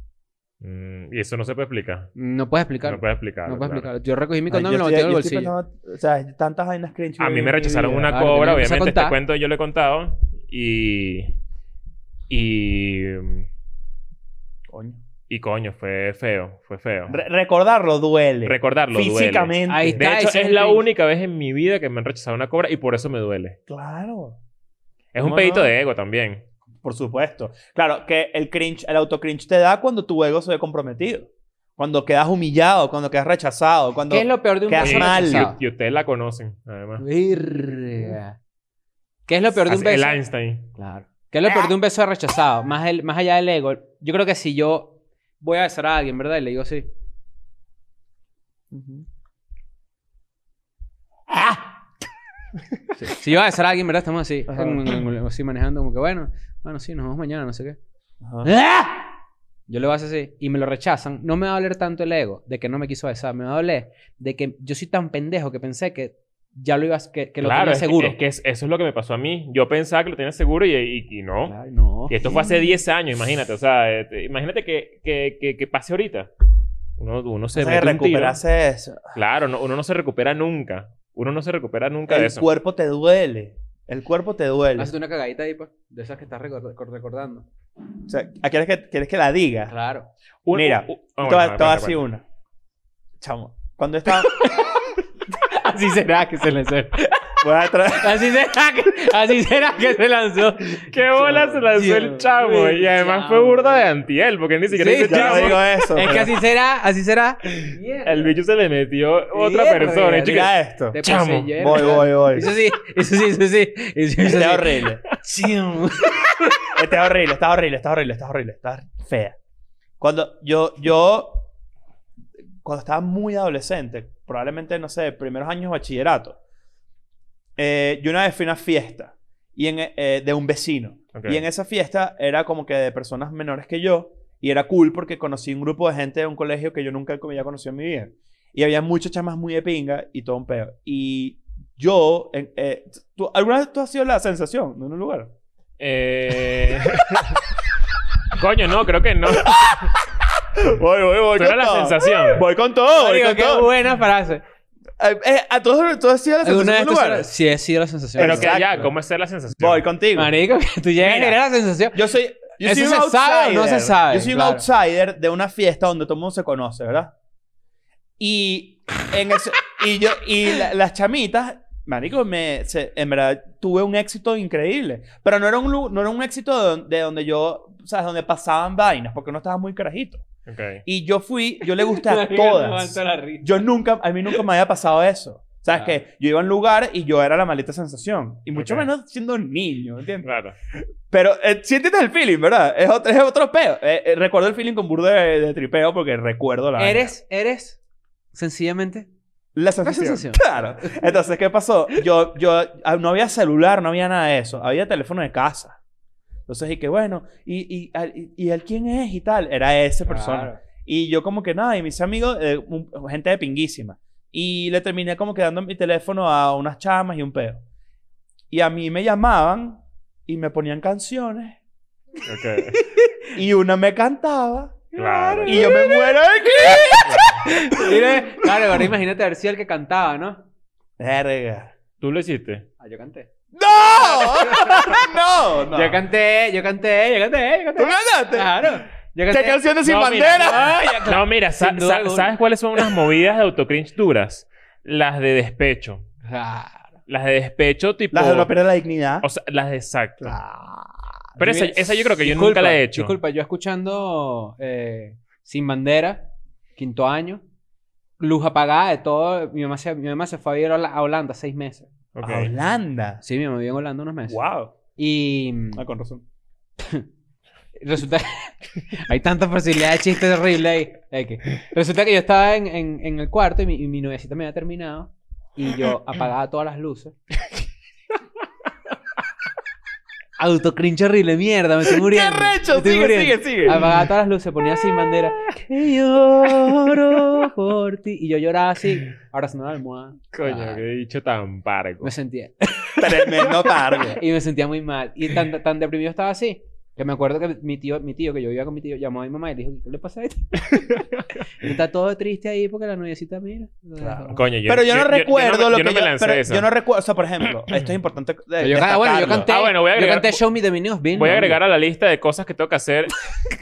S2: Mm, y eso no se puede explicar.
S4: No puedes explicar.
S2: No puedes explicar.
S4: No puedo
S2: claro.
S4: explicarlo. Yo recogí mi
S3: Ay,
S4: condón y
S3: yo
S4: me lo
S3: estoy-
S4: metí en el
S3: yo estoy
S4: bolsillo.
S3: pensando, o sea, tantas vainas cringe.
S2: A mí me rechazaron una
S4: Claro,
S2: cobra,
S4: tenía que empezar a
S2: obviamente.
S4: contar.
S2: Este cuento yo lo he contado. Y. Y.
S3: Coño.
S2: Y coño, fue feo. Fue feo.
S3: Re- recordarlo duele.
S2: Recordarlo duele.
S3: Físicamente.
S4: Ahí
S2: De
S4: está,
S2: hecho,
S4: ese
S2: es
S4: el
S2: la
S4: cringe.
S2: única vez en mi vida que me han rechazado una cobra y por eso me duele.
S3: Claro.
S2: Es un
S3: ¿Cómo
S2: pedito
S3: no?
S2: de ego también.
S3: Por supuesto. Claro, que el cringe, el autocringe te da cuando tu ego se ve comprometido. Cuando quedas humillado, cuando quedas rechazado, cuando...
S4: ¿Qué es lo peor de un
S3: Quedas
S4: beso
S3: mal.
S4: rechazado?
S2: Y, y ustedes la conocen, además.
S4: Virga. ¿Qué es lo peor de un
S2: Así- El
S4: beso?
S2: Einstein.
S4: Claro. ¿Qué es lo peor de un beso rechazado? Más, el, más allá del ego. Yo creo que si yo voy a besar a alguien, ¿verdad? Y le digo así.
S3: Ujú.
S4: Si yo voy a besar a alguien, ¿verdad? Estamos así.
S3: Ajá.
S4: en- en- en- así manejando como que, bueno, bueno, sí, nos vemos mañana, no sé qué.
S3: Ajá.
S4: ¡Ah! Yo lo voy a hacer así y me lo rechazan. No me va a doler tanto el ego de que no me quiso besar. Me va a doler de que yo soy tan pendejo que pensé que ya lo ibas, que, que lo tenía
S2: es que-
S4: seguro.
S2: Es que es- eso es lo que me pasó a mí. Yo pensaba que lo tenía seguro y, y- y no.
S4: Claro, no.
S2: Y esto fue hace 10 años, imagínate. O sea, eh, te- imagínate que, que, que, que pase ahorita. Uno, uno se
S3: O sea, que
S2: mete un tiro.
S3: recuperarse eso.
S2: Claro, no- uno no se recupera nunca. Uno no se recupera nunca de
S3: El
S2: eso.
S3: cuerpo te duele. El cuerpo te duele.
S4: Hazte una cagadita ahí, pues, de esas que estás recor- recor- recordando.
S3: O sea, ¿a- ¿quieres que, quieres que la diga?
S4: Claro.
S2: Un-
S3: Mira,
S2: un- un- ah, bueno,
S3: Toda, toda
S2: no, cuenta,
S3: así
S2: cuenta.
S3: una. Chamo, cuando estaba...
S4: Así será que se lanzó.
S3: voy a tra-
S4: Así será que, así será que se lanzó.
S2: ¡Qué bola se lanzó el chavo! Y además fue burda de antiel, porque ni siquiera
S4: Sí,
S2: dice
S4: ya
S3: Yo
S2: chavo.
S3: no digo eso.
S4: Es que
S3: pero-
S4: así será, así será.
S2: El bicho se le metió otra
S4: Mierda,
S2: persona. Y chica,
S3: Mira esto.
S4: Te
S2: Chamo,
S4: poseyeron.
S3: Voy, voy, voy.
S4: Eso sí, eso sí, eso sí. Eso,
S3: Este
S4: eso
S3: es
S4: sí.
S3: horrible.
S4: Chium.
S3: Está horrible, está horrible, está horrible, está horrible, está fea. Cuando yo, yo, cuando estaba muy adolescente, probablemente, no sé, primeros años de bachillerato, eh, yo una vez fui a una fiesta y en, eh, de un vecino.
S2: Ok.
S3: Y en esa fiesta era como que de personas menores que yo y era cool porque conocí un grupo de gente de un colegio que yo nunca había conocido en mi vida. Y había muchas chamas muy de pinga y todo un peo. Y yo, en- eh, ¿tú- ¿alguna vez tú has sido la sensación de un lugar?
S2: Eh... Coño, no, creo que no.
S3: Voy, voy, voy.
S2: Pero era
S3: con
S2: la
S3: todo.
S2: sensación.
S3: Voy con todo, voy
S4: Marico,
S3: con
S4: qué
S3: todo.
S4: buena frase.
S3: Eh, eh, a todos, todos sí a la sensación
S4: ¿Alguna
S3: de
S4: vez
S3: un
S4: tú
S3: lugar.
S4: sabes- Sí, he sido la sensación.
S2: Pero que
S3: Exacto.
S2: ya, ¿cómo es ser la sensación?
S3: Voy contigo.
S4: Marico, que tú llegas a
S3: Mira.
S4: generar la sensación.
S3: Yo soy, yo soy
S4: ¿Eso
S3: un
S4: se
S3: outsider.
S4: sabe o no se sabe?
S3: Yo soy un
S4: Claro.
S3: outsider de una fiesta donde todo el mundo se conoce, ¿verdad? Y, en ese- y, yo, y la- las chamitas, marico, me, se- en verdad tuve un éxito increíble. Pero no era un, lu- no era un éxito de, don- de donde yo, ¿sabes? Donde pasaban vainas, porque uno estaba muy carajito.
S2: Ok.
S3: Y yo fui, yo le gusté a
S4: Marico, no
S3: todas.
S4: aguanto la risa.
S3: Yo nunca, a mí nunca me había pasado eso. ¿Sabes
S4: Ah.
S3: que Yo iba a un lugar y yo era la maldita sensación. Y mucho
S2: Ok.
S3: menos siendo niño, ¿entiendes?
S2: Claro.
S3: Pero eh, sí entiendes el feeling, ¿verdad? Es otro, es otro peo. Eh, eh, recuerdo el feeling con burda de, de tripeo porque recuerdo la... vaina.
S4: Eres, eres, sencillamente.
S3: La sensación.
S4: sensación.
S3: Claro. Entonces, ¿qué pasó? Yo, yo, ah, no había celular, no había nada de eso. Había teléfono de casa. Entonces dije, bueno, ¿y, y, al- y, y él quién es y tal? Era esa persona. Y yo como que nada, y mis amigos, eh, un- gente de pinguísima. Y le terminé como que dando mi teléfono a unas chamas y un pedo. Y a mí me llamaban y me ponían canciones.
S2: Ok.
S3: Y una me cantaba.
S2: Claro.
S3: Y yo me muero de aquí.
S4: Mire, claro, ahora imagínate haber sido el que cantaba, ¿no?
S3: Verga.
S2: ¿Tú lo hiciste?
S4: Ah, yo canté.
S3: ¡No! ¡No!
S2: Ah.
S3: no.
S4: Yo canté, yo canté, yo canté, yo
S3: ¿Tú
S4: canté.
S3: cantaste?
S4: Claro. Yo
S3: ¿Qué
S4: canté.
S3: canción de Sin
S2: No,
S3: Bandera?
S2: Mira, no, no, mira, sa-
S4: Sin duda
S2: sa-
S4: alguna.
S2: ¿sabes cuáles son unas movidas de autocringe duras? Las de despecho.
S4: Claro.
S2: Las de despecho, tipo.
S3: Las de la Ah, perder la dignidad.
S2: Oh. O sea, las de exacto.
S4: Yo-
S2: Pero esa, esa yo creo que yo
S4: Disculpa,
S2: nunca la he hecho.
S4: Disculpa, yo escuchando eh, Sin Bandera, quinto año, luz apagada de todo. Mi mamá se, mi mamá se fue a vivir a Hola- a Holanda seis meses.
S2: Ok.
S3: A Holanda.
S4: Sí, mi mamá vivió en Holanda unos meses.
S3: Wow.
S4: Y mm,
S3: Ah, con razón.
S4: resulta hay tanta posibilidad de chistes horribles ahí. Hay que- Resulta que yo estaba en, en- en el cuarto y mi, y mi noviecita me había terminado y yo apagaba todas las luces. Autocringe horrible, mierda, me estoy muriendo.
S3: ¡Qué arrecho!
S4: Me estoy
S3: Sigue,
S4: muriendo.
S3: sigue, sigue.
S4: Apagaba todas las luces, ponía sin bandera. Que lloro por ti. Y yo lloraba así, abrazando la almohada.
S2: Coño,
S4: Ah,
S2: qué dicho tan parco.
S4: Me sentía.
S3: Tremendo targo.
S4: Y me sentía muy mal. Y tan, tan deprimido estaba así. Que me acuerdo que mi tío, mi tío, que yo vivía con mi tío, llamó a mi mamá y le dijo, ¿qué le pasa a este? Está todo triste ahí porque la noviecita mira.
S3: Claro.
S2: Coño, yo,
S3: Pero yo no
S2: me-
S3: recuerdo lo
S2: yo
S3: que
S2: no me
S3: yo,
S2: lancé
S3: pero
S2: esa.
S3: yo no recuerdo, o sea, por ejemplo, esto es importante de-
S4: Pero yo, can- bueno, yo
S3: destacarlo.
S4: canté.
S2: Ah, bueno, voy a agregar-
S4: yo canté Show Me the Minions Bill.
S2: Voy a
S4: ¿no?
S2: agregar a la lista de cosas que tengo que hacer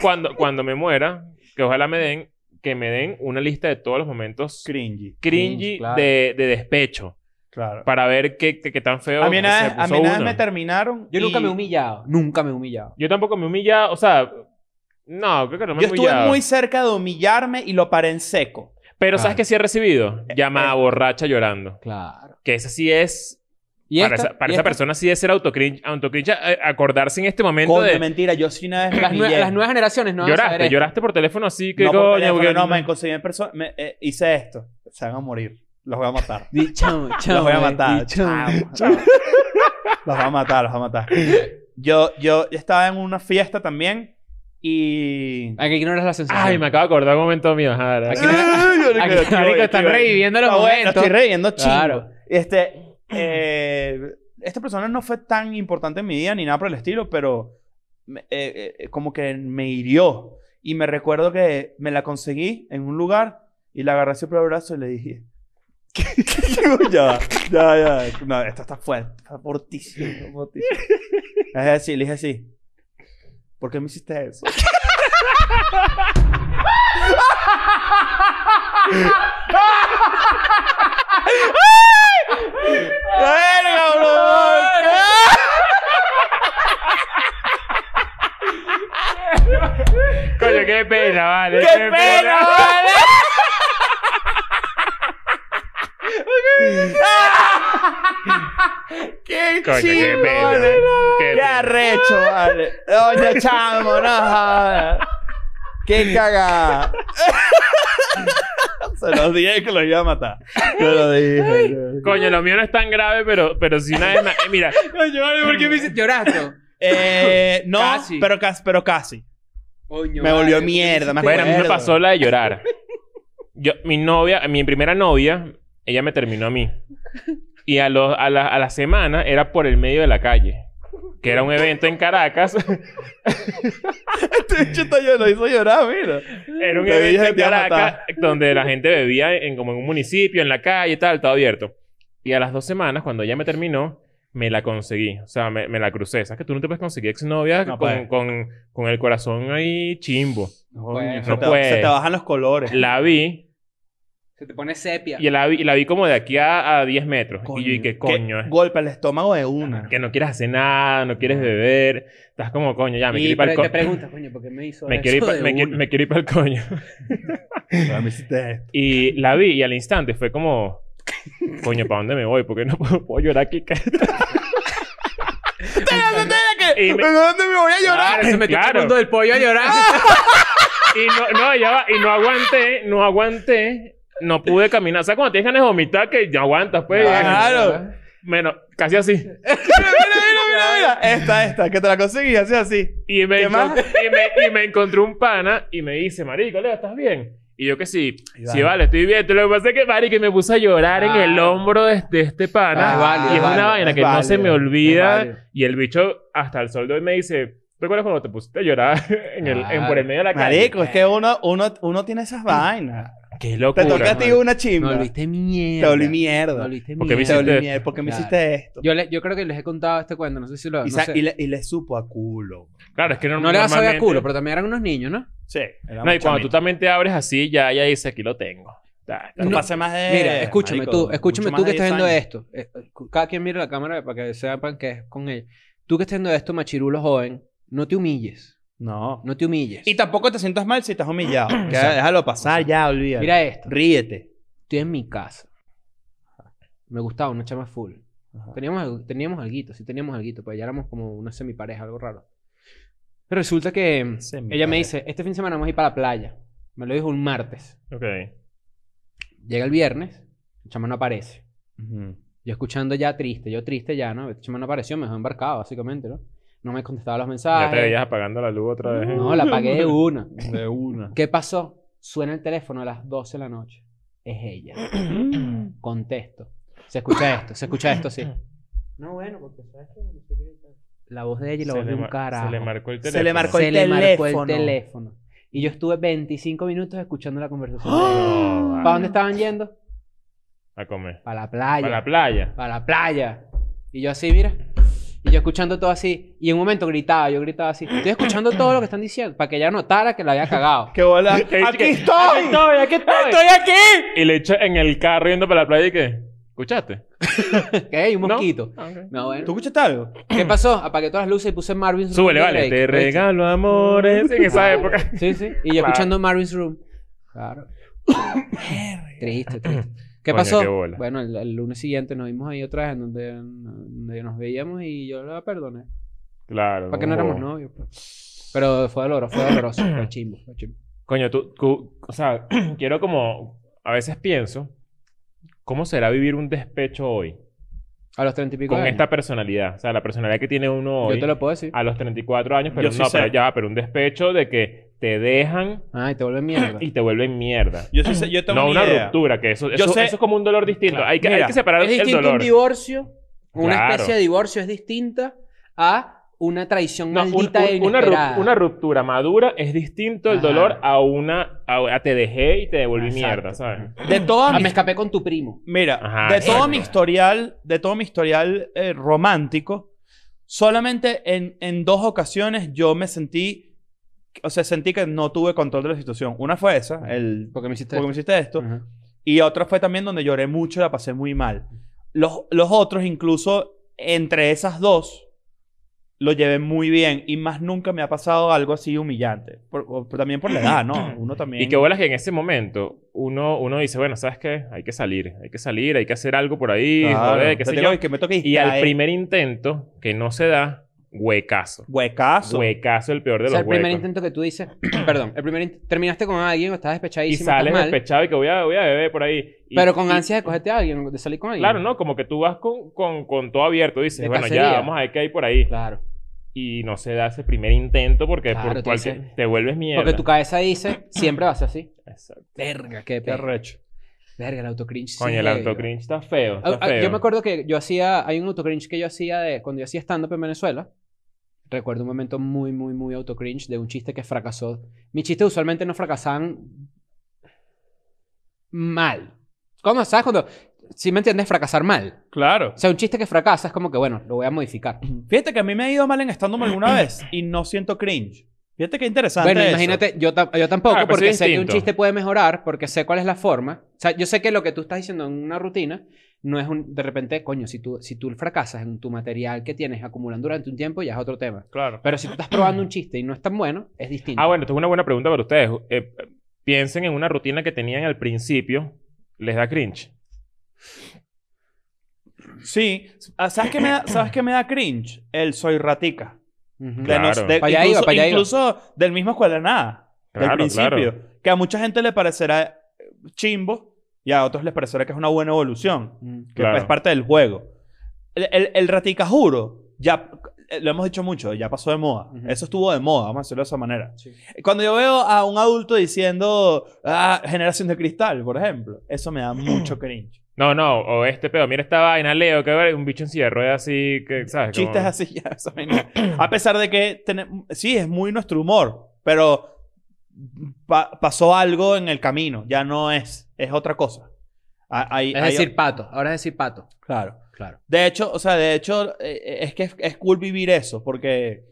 S2: cuando, cuando me muera, que ojalá me den, que me den una lista de todos los momentos
S3: cringy,
S2: cringy
S4: Cringe, claro.
S2: de, de despecho.
S3: claro.
S2: Para ver qué, qué, qué tan feo
S3: A mí una
S2: se
S3: vez, a
S2: puso
S3: mí una vez
S2: uno.
S3: me terminaron.
S4: Yo nunca
S3: y
S4: me he humillado. Nunca me he humillado.
S2: Yo tampoco me humilla, o sea, no, creo que no me
S3: Yo estuve
S2: humillaba.
S3: muy cerca de humillarme y lo paré en seco.
S2: Pero ¿sabes
S4: Claro.
S2: qué sí he recibido? Llamada
S3: eh.
S2: borracha llorando.
S4: Claro.
S2: Que esa sí es...
S4: Y
S2: para
S4: esta-
S2: esa, para
S4: y
S2: esa
S4: esta-
S2: persona sí es ser autocringe. Autocringe eh, acordarse en este momento
S3: Coño,
S2: de...
S3: mentira, yo sí una vez me
S4: Las, nue-
S3: humillé.
S4: las nuevas generaciones no van a saber
S2: lloraste,
S4: esto.
S2: lloraste por teléfono así que...
S3: No, por
S2: coño,
S3: teléfono,
S2: porque-
S3: no, me conseguí en persona. me- eh, hice esto. Se van a morir. Los voy a matar.
S4: Di, chamo, chamo,
S3: los voy a
S4: eh,
S3: matar.
S4: di, chamo.
S3: Chao, chao. los va a matar, los va a matar. Yo, yo estaba en una fiesta también y.
S4: Aquí ignoras la sensación.
S2: Ay, me acabo de acordar un momento mío. ajá.
S4: Aquí no- Aquí ahorita están reviviendo los
S3: Está bueno,
S4: momentos.
S3: estoy reviviendo chingo.
S4: Claro.
S3: Este, eh, esta persona no fue tan importante en mi vida ni nada por el estilo, pero me- eh, eh, como que me hirió. Y me recuerdo que me la conseguí en un lugar y la agarré así por el brazo y le dije... ya, ya, ya. No, esto está fuerte. Está fortísimo, está fortísimo. Le dije así, le dije así. ¿Por qué me hiciste eso? ¡Verga, bro!
S2: Coño, qué pena, vale.
S3: ¡Qué pena, vale! ¡Qué
S2: Coño, qué
S3: chido,
S2: pena.
S3: vale.
S2: Qué
S3: ¡Qué
S2: pena.
S3: arrecho, vale! ¡Oye, chamo, no jodas. ¡Qué cagada! Se los dije que los iba a matar. Se los dije.
S2: Coño, lo mío no es tan grave, pero, pero si una vez... me- eh, mira,
S4: Coño, vale, ¿por qué me dices lloraste?
S3: Eh, no,
S4: Casi.
S3: Pero, casi, pero casi.
S4: Coño,
S3: Me volvió mierda, me
S2: bueno, a mí me
S3: acuerdo.
S2: pasó la de llorar. Yo, mi novia, mi primera novia, ella me terminó a mí. Y a, los, a, la, a la semana era por el medio de la calle. Que era un evento en Caracas.
S3: Este chito yo lo hizo llorar, mira.
S2: Era un
S3: Te dije
S2: evento
S3: que
S2: en
S3: te iba a
S2: Caracas donde la gente bebía en, como en un municipio, en la calle, tal, todo abierto. Y a las dos semanas, cuando ella me terminó, me la conseguí. O sea, me, me la crucé. ¿Sabes que tú no te puedes conseguir exnovia con,
S3: No puedes.
S2: con, con el corazón ahí chimbo?
S3: Coño,
S4: No
S3: se te-
S2: puede.
S3: Se te bajan los colores.
S2: La vi
S4: Se te pone sepia.
S2: y la vi, y la vi como de aquí a, a 10 metros. Y yo dije,
S3: ¿Qué
S2: coño, eh, Ah,
S3: Golpe al estómago de una.
S2: que no quieres hacer nada, no quieres beber. Estás como, coño, ya, me quiero
S4: Y
S2: ir para
S4: pre-
S2: el
S4: te
S2: coño.
S4: preguntas, coño, ¿por qué me hizo
S2: Me
S4: eso
S2: quiero ir pa-
S4: de
S2: me quiero-
S4: una?
S2: me quiero ir para el coño.
S3: Ah, me hiciste esto.
S2: Y la vi y al instante fue como, coño, ¿para dónde me voy? Porque no puedo, puedo llorar aquí. Y me-
S3: ¿Dónde me voy a
S4: Claro, se metió
S2: Claro.
S4: todo el mundo del pollo a llorar.
S2: y no, no, ya va, y no aguanté, no aguanté, no pude caminar. O sea, cuando tienes ganas de vomitar, que ya aguantas, pues.
S3: Claro.
S2: Menos, casi así.
S3: Mira, mira, mira, mira, mira. Esta, esta, que te la conseguí, así, así.
S2: Y me,
S3: ¿Qué más?
S2: encont- y me, y me encontré un pana y me dice, marico, Leo, ¿estás bien? Y yo que sí,
S3: Y
S2: sí,
S3: vale.
S2: vale, estoy bien. Lo que pasa es que, marico, me puse a llorar en
S4: Ah.
S2: el hombro de, de este pana.
S4: Ah, es válido,
S2: y es
S4: es
S2: una
S4: válido,
S2: vaina
S3: es
S2: que no se me
S3: válido,
S4: es
S2: olvida.
S4: válido.
S2: Y el bicho hasta el sol de hoy me dice, ¿te acuerdas cuando te pusiste a llorar en el, en,
S4: Claro.
S2: por el medio de la calle?
S3: Marico, es que uno, uno, uno tiene esas vainas.
S2: ¡Qué locura!
S3: Te toca a ti
S2: marico.
S3: una
S4: Me
S3: chimba.
S4: volviste mierda.
S3: Te olí mierda.
S4: Me volviste
S2: Porque me
S3: Te
S4: mierda.
S2: hiciste-
S3: olí mierda. ¿Por qué me
S4: Claro.
S3: hiciste esto?
S4: Yo, le- yo creo que les he contado este cuento, no sé si lo...
S3: y,
S4: no
S3: sa-
S4: sé.
S3: y le, y le supo a culo.
S2: Claro, es que no,
S4: No le vas a saber a
S2: normalmente-
S4: culo, pero también eran unos niños, ¿no?
S3: Sí.
S2: No, y cuando tú también te abres así, ya ella dice, aquí lo tengo. Ta, ta.
S4: No.
S3: pasé más de.
S4: Mira, escúchame
S3: marico,
S4: tú, escúchame
S3: mucho
S4: tú
S3: más de
S4: que estás
S3: 10
S4: viendo
S3: años.
S4: esto. Eh, eh, Cada quien mira la cámara para que sepan que es con ella. Tú que estás viendo esto, machirulo joven, no te humilles.
S3: No.
S4: No te humilles.
S3: Y tampoco te sientas mal si estás humillado. Que déjalo pasar ya, olvídate.
S4: Mira esto.
S3: Ríete.
S4: Estoy en mi casa. Me gustaba una chama full. Teníamos, algo- teníamos alguito, sí teníamos alguito, pues ya éramos como una semipareja, algo raro. Resulta que mm,
S3: Semipareja.
S4: ella me dice, este fin de semana vamos a ir para la playa. Me lo dijo un martes.
S2: Ok.
S4: Llega el viernes, el chama no aparece. Este Yo escuchando ya triste, yo triste ya, ¿no? El chama no apareció, me dejó embarcado, básicamente, ¿no? no me contestaba los
S2: Ya te
S4: mensajes.
S2: veías apagando la luz otra vez.
S4: No, la apagué de una.
S3: De una.
S4: ¿Qué pasó? Suena el teléfono a las 12 de la noche. Es ella. Contesto. Se escucha esto, se escucha esto, sí. No, bueno, porque sabes que la voz de ella y la
S2: Se
S4: voz
S2: le
S4: de un
S2: mar-
S4: carajo.
S2: Se le marcó el
S3: Se le
S2: teléfono.
S3: marcó el
S4: Se le marcó
S3: teléfono.
S4: el teléfono. Y yo estuve 25 minutos escuchando la conversación.
S2: No,
S4: ¿Para
S2: vale.
S4: dónde estaban yendo?
S2: A comer.
S4: Para la playa.
S2: Para la playa.
S4: Para la playa. Y yo así, mira. Y yo escuchando todo así. Y en un momento gritaba, yo gritaba así. Estoy escuchando todo lo que están diciendo. Para que ella notara que la había cagado.
S3: ¡Qué bola!
S2: Que dice
S3: ¡Aquí
S2: que-
S3: estoy!
S4: aquí estoy.
S2: aquí! Y le echa en el carro yendo para la playa y que. ¿Escuchaste?
S4: Que hay un
S2: ¿No?
S4: mosquito.
S2: Ah, ok.
S4: No, bueno.
S3: ¿Tú escuchaste algo?
S4: ¿Qué pasó? Apagué todas las luces y puse Marvin's Room.
S2: Súbele,
S4: de
S2: vale.
S4: Drake,
S2: Te
S4: ¿oíste?
S2: regalo amores. En esa época.
S4: Sí, sí. Y yo
S2: Claro.
S4: escuchando Marvin's Room. Claro. triste, triste. ¿Qué
S2: Coño,
S4: pasó?
S2: qué bola.
S4: bueno, el, el lunes siguiente nos vimos ahí otra vez en donde, donde nos veíamos y yo la perdoné.
S2: Claro.
S4: Para que no éramos
S2: no?
S4: novios. pues. Pero fue doloroso, fue doloroso. fue chimbo, fue chimbo.
S2: Coño, tú, tú- o sea, quiero como, a veces pienso, ¿cómo será vivir un despecho hoy?
S4: A los treinta y pico
S2: Con
S4: años.
S2: esta Ah. personalidad, o sea, la personalidad que tiene uno hoy,
S4: Yo te lo puedo decir.
S2: a los 34 años, pero
S3: Yo sí
S2: no,
S3: sé.
S2: pero ya, pero un despecho de que te dejan
S4: Ay, te vuelve mierda.
S2: y te vuelven mierda.
S3: Yo, sí sé- yo tengo
S2: No una
S3: idea.
S2: ruptura, que eso,
S3: Yo
S2: eso,
S3: sé-
S2: eso es como un dolor distinto.
S3: Claro.
S2: Hay, que, hay
S3: Mira,
S2: que separar
S4: Es
S2: el
S4: distinto un
S2: dolor.
S4: divorcio. Una
S2: Claro.
S4: especie de divorcio es distinta a una traición
S2: No, un-
S4: maldita
S2: un-
S4: e
S2: una, ru-
S4: inesperada.
S2: una ruptura madura es distinto el
S4: Ajá.
S2: dolor a una a, a te dejé y te devolví
S4: Exacto.
S2: mierda, ¿sabes?
S3: De toda
S4: Ah,
S3: mi
S4: me escapé con tu primo.
S3: Mira,
S2: Ajá,
S3: de
S2: exacto.
S3: todo mi historial, de todo mi historial eh, romántico, solamente en, en dos ocasiones yo me sentí, o sea, sentí que no tuve control de la situación. Una fue esa, el
S4: Porque me hiciste
S3: porque me hiciste esto,
S4: Ajá.
S3: y otra fue también donde lloré mucho, la pasé muy mal. Los, los otros, incluso entre esas dos, lo llevé muy bien y más nunca me ha pasado algo así humillante. Por- o- pero también por la edad, ¿no? Uno también.
S2: Y que bolas que en ese momento uno, uno dice, bueno, ¿sabes qué? Hay que salir, hay que salir, hay que hacer algo por ahí,
S3: Claro,
S2: joder, qué
S3: te
S2: sé
S3: digo
S2: yo.
S3: que me toca
S2: Y al
S3: distraer.
S2: primer intento que no se da, huecazo.
S3: Huecazo.
S2: Huecazo el peor de
S4: O sea,
S2: los
S4: el primer
S2: huecos.
S4: intento que tú dices, perdón, el primer int- terminaste con alguien o estabas
S2: Y
S4: despechadísimo, estás
S2: sales
S4: mal,
S2: despechado y que voy a, voy a beber por ahí. Y-
S4: pero con
S2: y-
S4: ansias de cogerte a alguien, de salir con alguien.
S2: Claro, ¿no? Como que tú vas con, con, con todo abierto. Dices,
S4: De
S2: bueno, ya,
S4: cacería.
S2: vamos a ver qué hay por ahí.
S4: Claro.
S2: Y no se da ese primer intento porque
S4: Claro,
S2: por
S4: tú
S2: cualquier...
S4: dices-
S2: Te vuelves mierda.
S4: Porque tu cabeza dice, siempre va a ser así.
S2: Exacto.
S4: Verga, qué,
S3: Qué
S4: pe-
S3: arrecho.
S4: Verga, el autocringe.
S2: Coño,
S4: sí
S2: el
S4: es heavy,
S2: autocringe está feo.
S4: Ah,
S2: Está
S4: ah,
S2: feo.
S4: Yo me acuerdo que yo hacía, hay un autocringe que yo hacía de, cuando yo hacía stand-up en Venezuela. Recuerdo un momento muy, muy, muy autocringe de un chiste que fracasó. Mis chistes usualmente no fracasaban mal. ¿Cómo sabes cuando, si me entiendes, fracasar mal?
S3: Claro.
S4: O sea, un chiste que fracasa es como que, bueno, lo voy a modificar.
S3: Fíjate que a mí me ha ido mal en stand alguna vez y no siento cringe. Fíjate qué interesante.
S4: Bueno,
S3: eso.
S4: imagínate, yo, ta- yo tampoco,
S2: Claro, Ah, pero
S4: porque
S2: es
S4: sé que un
S2: distinto.
S4: chiste puede mejorar, porque sé cuál es la forma. O sea, yo sé que lo que tú estás diciendo en una rutina no es un. De repente, coño, si tú, si tú fracasas en tu material que tienes acumulando durante un tiempo, ya es otro tema.
S3: Claro.
S4: Pero si tú estás probando un chiste y no es tan bueno, es distinto.
S2: Ah, bueno, esto es una buena pregunta para ustedes. Eh, piensen en una rutina que tenían al principio. ¿Les da cringe?
S3: Sí. Ah, ¿Sabes qué me da, ¿sabes qué me da cringe? El soy ratica.
S4: Ujú.
S3: De
S2: Claro.
S3: nos- de-
S4: Pa' allá
S3: incluso,
S4: iba, pa' allá iba.
S3: incluso del mismo escuela de nada. del
S2: Claro,
S3: principio.
S2: claro.
S3: Que a mucha gente le parecerá eh, chimbo y a otros les parecerá que es una buena evolución.
S4: Mm.
S3: Que
S2: Claro.
S3: es parte del juego. El, el, el ratica juro, ya eh, lo hemos dicho mucho, ya pasó de moda.
S4: Ujú.
S3: Eso estuvo de moda, vamos a decirlo de esa manera.
S4: Sí.
S3: Cuando yo veo a un adulto diciendo ah, generación de cristal, por ejemplo, eso me da mucho cringe.
S2: No, no, o este pedo. Mira esta vaina, Leo, que ver, un bicho en silla de ruedas así, que, ¿sabes? Como-
S3: Chistes así, ya, esa vaina. A pesar de que tenem- sí, es muy nuestro humor, pero pa- pasó algo en el camino, ya no es, es otra cosa. A- hay-
S4: Es
S3: hay-
S4: decir, pato. Ahora es decir pato.
S3: claro.
S4: Claro.
S3: De hecho, o sea, de hecho, eh, es que es, es cool vivir eso, porque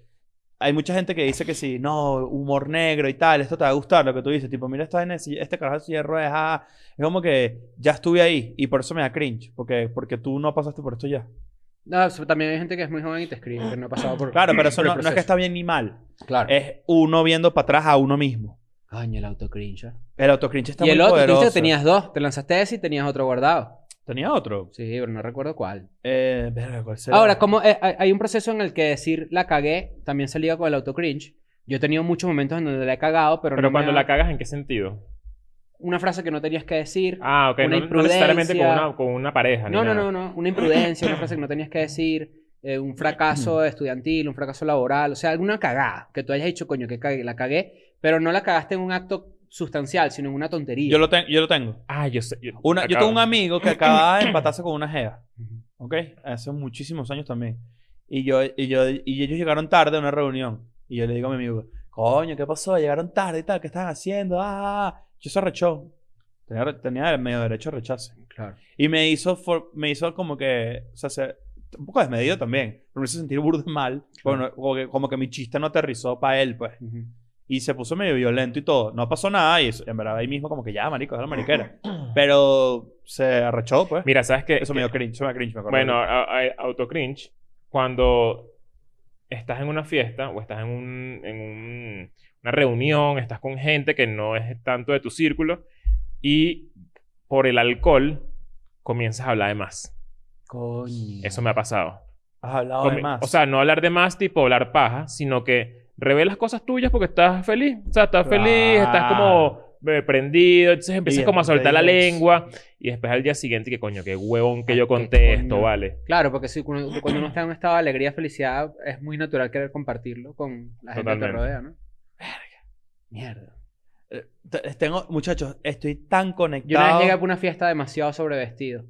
S3: hay mucha gente que dice que sí, no, humor negro y tal, esto te va a gustar, lo que tú dices, tipo, mira, esta vaina de silla- este carajo de silla de ruedas, ah, es como que ya estuve ahí y por eso me da cringe, porque, porque tú no pasaste por esto ya.
S4: No, so- también hay gente que es muy joven y te escribe, que no ha pasado por.
S3: Claro, pero eso
S4: por
S3: no,
S4: el
S3: no es que
S4: proceso.
S3: está Eh. bien ni mal,
S4: Claro.
S3: es uno viendo para atrás a uno mismo.
S4: Coño, el autocringe. ¿eh?
S3: El autocringe está
S4: Y el
S3: muy
S4: otro, tú
S3: poderoso.
S4: dijiste que tenías dos. Te lanzaste ese y tenías otro guardado.
S3: Tenía otro.
S4: Sí, pero no recuerdo cuál.
S3: Eh, verga, ¿cuál será?
S4: Ahora, como eh, hay hay un proceso en el que decir la cagué también se liga con el autocringe. Yo he tenido muchos momentos en donde la he cagado, pero,
S2: Pero
S4: no me
S2: cuando
S4: ha-
S2: la cagas, ¿en qué sentido?
S4: una frase que no tenías que decir.
S2: Ah, ok.
S4: Una
S2: no, no necesariamente con
S4: imprudencia.
S2: una, con una pareja. ni
S4: no, no,
S2: nada.
S4: no, no. Una imprudencia, una frase que no tenías que decir. eh, un fracaso estudiantil, un fracaso laboral, o sea, alguna cagada que tú hayas dicho, coño, que cagué, la cagué, pero no la cagaste en un acto sustancial, sino en una tontería.
S3: Yo lo, ten- yo lo tengo.
S2: Ah, yo sé. Yo,
S3: Una- yo
S2: acabo-
S3: tengo un amigo que acaba de empatarse con una jeva. ¿Ok? Hace muchísimos años también. Y yo, y yo, y ellos llegaron tarde a una reunión. Y yo le digo a mi amigo, coño, ¿qué pasó? Llegaron tarde y tal, ¿qué están haciendo? Ah, yo se arrechó. Tenía, re- tenía medio derecho a rechazo.
S4: Claro.
S3: Y me hizo, for- me hizo como que, o sea, se- un poco desmedido también. Pero me hizo sentir burdo mal. Bueno, como, que, como que mi chiste no aterrizó para él, pues.
S4: Ujú.
S3: Y se puso medio violento y todo. No pasó nada y eso- en verdad ahí mismo como que ya, marico, es la mariquera. Pero se arrechó, pues.
S2: Mira, ¿sabes qué?
S3: eso me dio cringe, eso me dio cringe, me acuerdo.
S2: Bueno, a- a- autocringe, cuando estás en una fiesta o estás en, un- en un- una reunión, estás con gente que no es tanto de tu círculo y por el alcohol comienzas a hablar de más.
S4: Coño.
S2: Eso me ha pasado.
S3: Has hablado Ah, de
S2: Comi-
S3: más.
S2: O sea, no hablar de más tipo hablar paja, sino que revelas cosas tuyas porque estás feliz. O sea, estás feliz, estás como
S3: Ah.
S2: eh, prendido, entonces empiezas
S3: Y
S2: como a
S3: después te
S2: soltar la
S3: dices-
S2: lengua y después al día siguiente que coño, qué huevón que
S4: Ah,
S2: yo
S4: qué
S2: conté esto,
S4: coño.
S2: vale.
S4: Claro, porque si, cuando, cuando uno está en un estado de alegría, felicidad, es muy natural querer compartirlo con la gente que te
S2: Totalmente.
S4: rodea, ¿no? Mierda.
S3: Eh, te- tengo, muchachos, estoy tan conectado.
S4: Yo una vez llegué a una fiesta demasiado sobrevestido.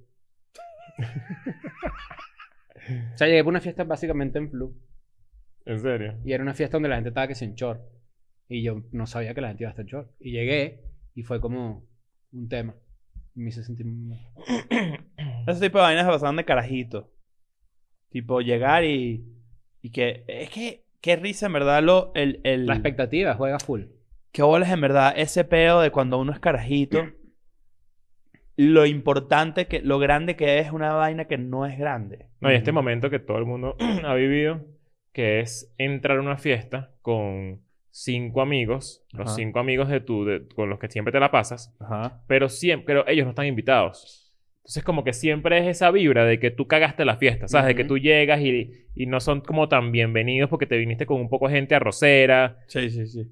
S4: o sea, llegué a una fiesta básicamente en flu.
S2: En serio.
S4: Y era una fiesta donde la gente estaba que sin short. Y yo no sabía que la gente iba a estar en short. Y llegué y fue como un tema. Y me hice sentir muy mal.
S3: Ese tipo de vainas pasaban de carajito. Tipo, llegar y. Y que. Es que. Qué risa, en verdad, lo. El, el,
S4: La expectativa juega full.
S3: Qué bolas, en verdad, ese peo de cuando uno es carajito. lo importante que. Lo grande que es una vaina que no es grande.
S2: No, y este momento que todo el mundo ha vivido, que es entrar a una fiesta con cinco amigos,
S3: Ajá.
S2: los cinco amigos de tu, de- con los que siempre te la pasas,
S3: Ajá.
S2: pero siempre, pero ellos no están invitados. Entonces como que siempre es esa vibra de que tú cagaste la fiesta, ¿sabes? De que
S4: Ujú.
S2: tú llegas y, y no son como tan bienvenidos porque te viniste con un poco de gente arrocera.
S3: Sí, sí, sí.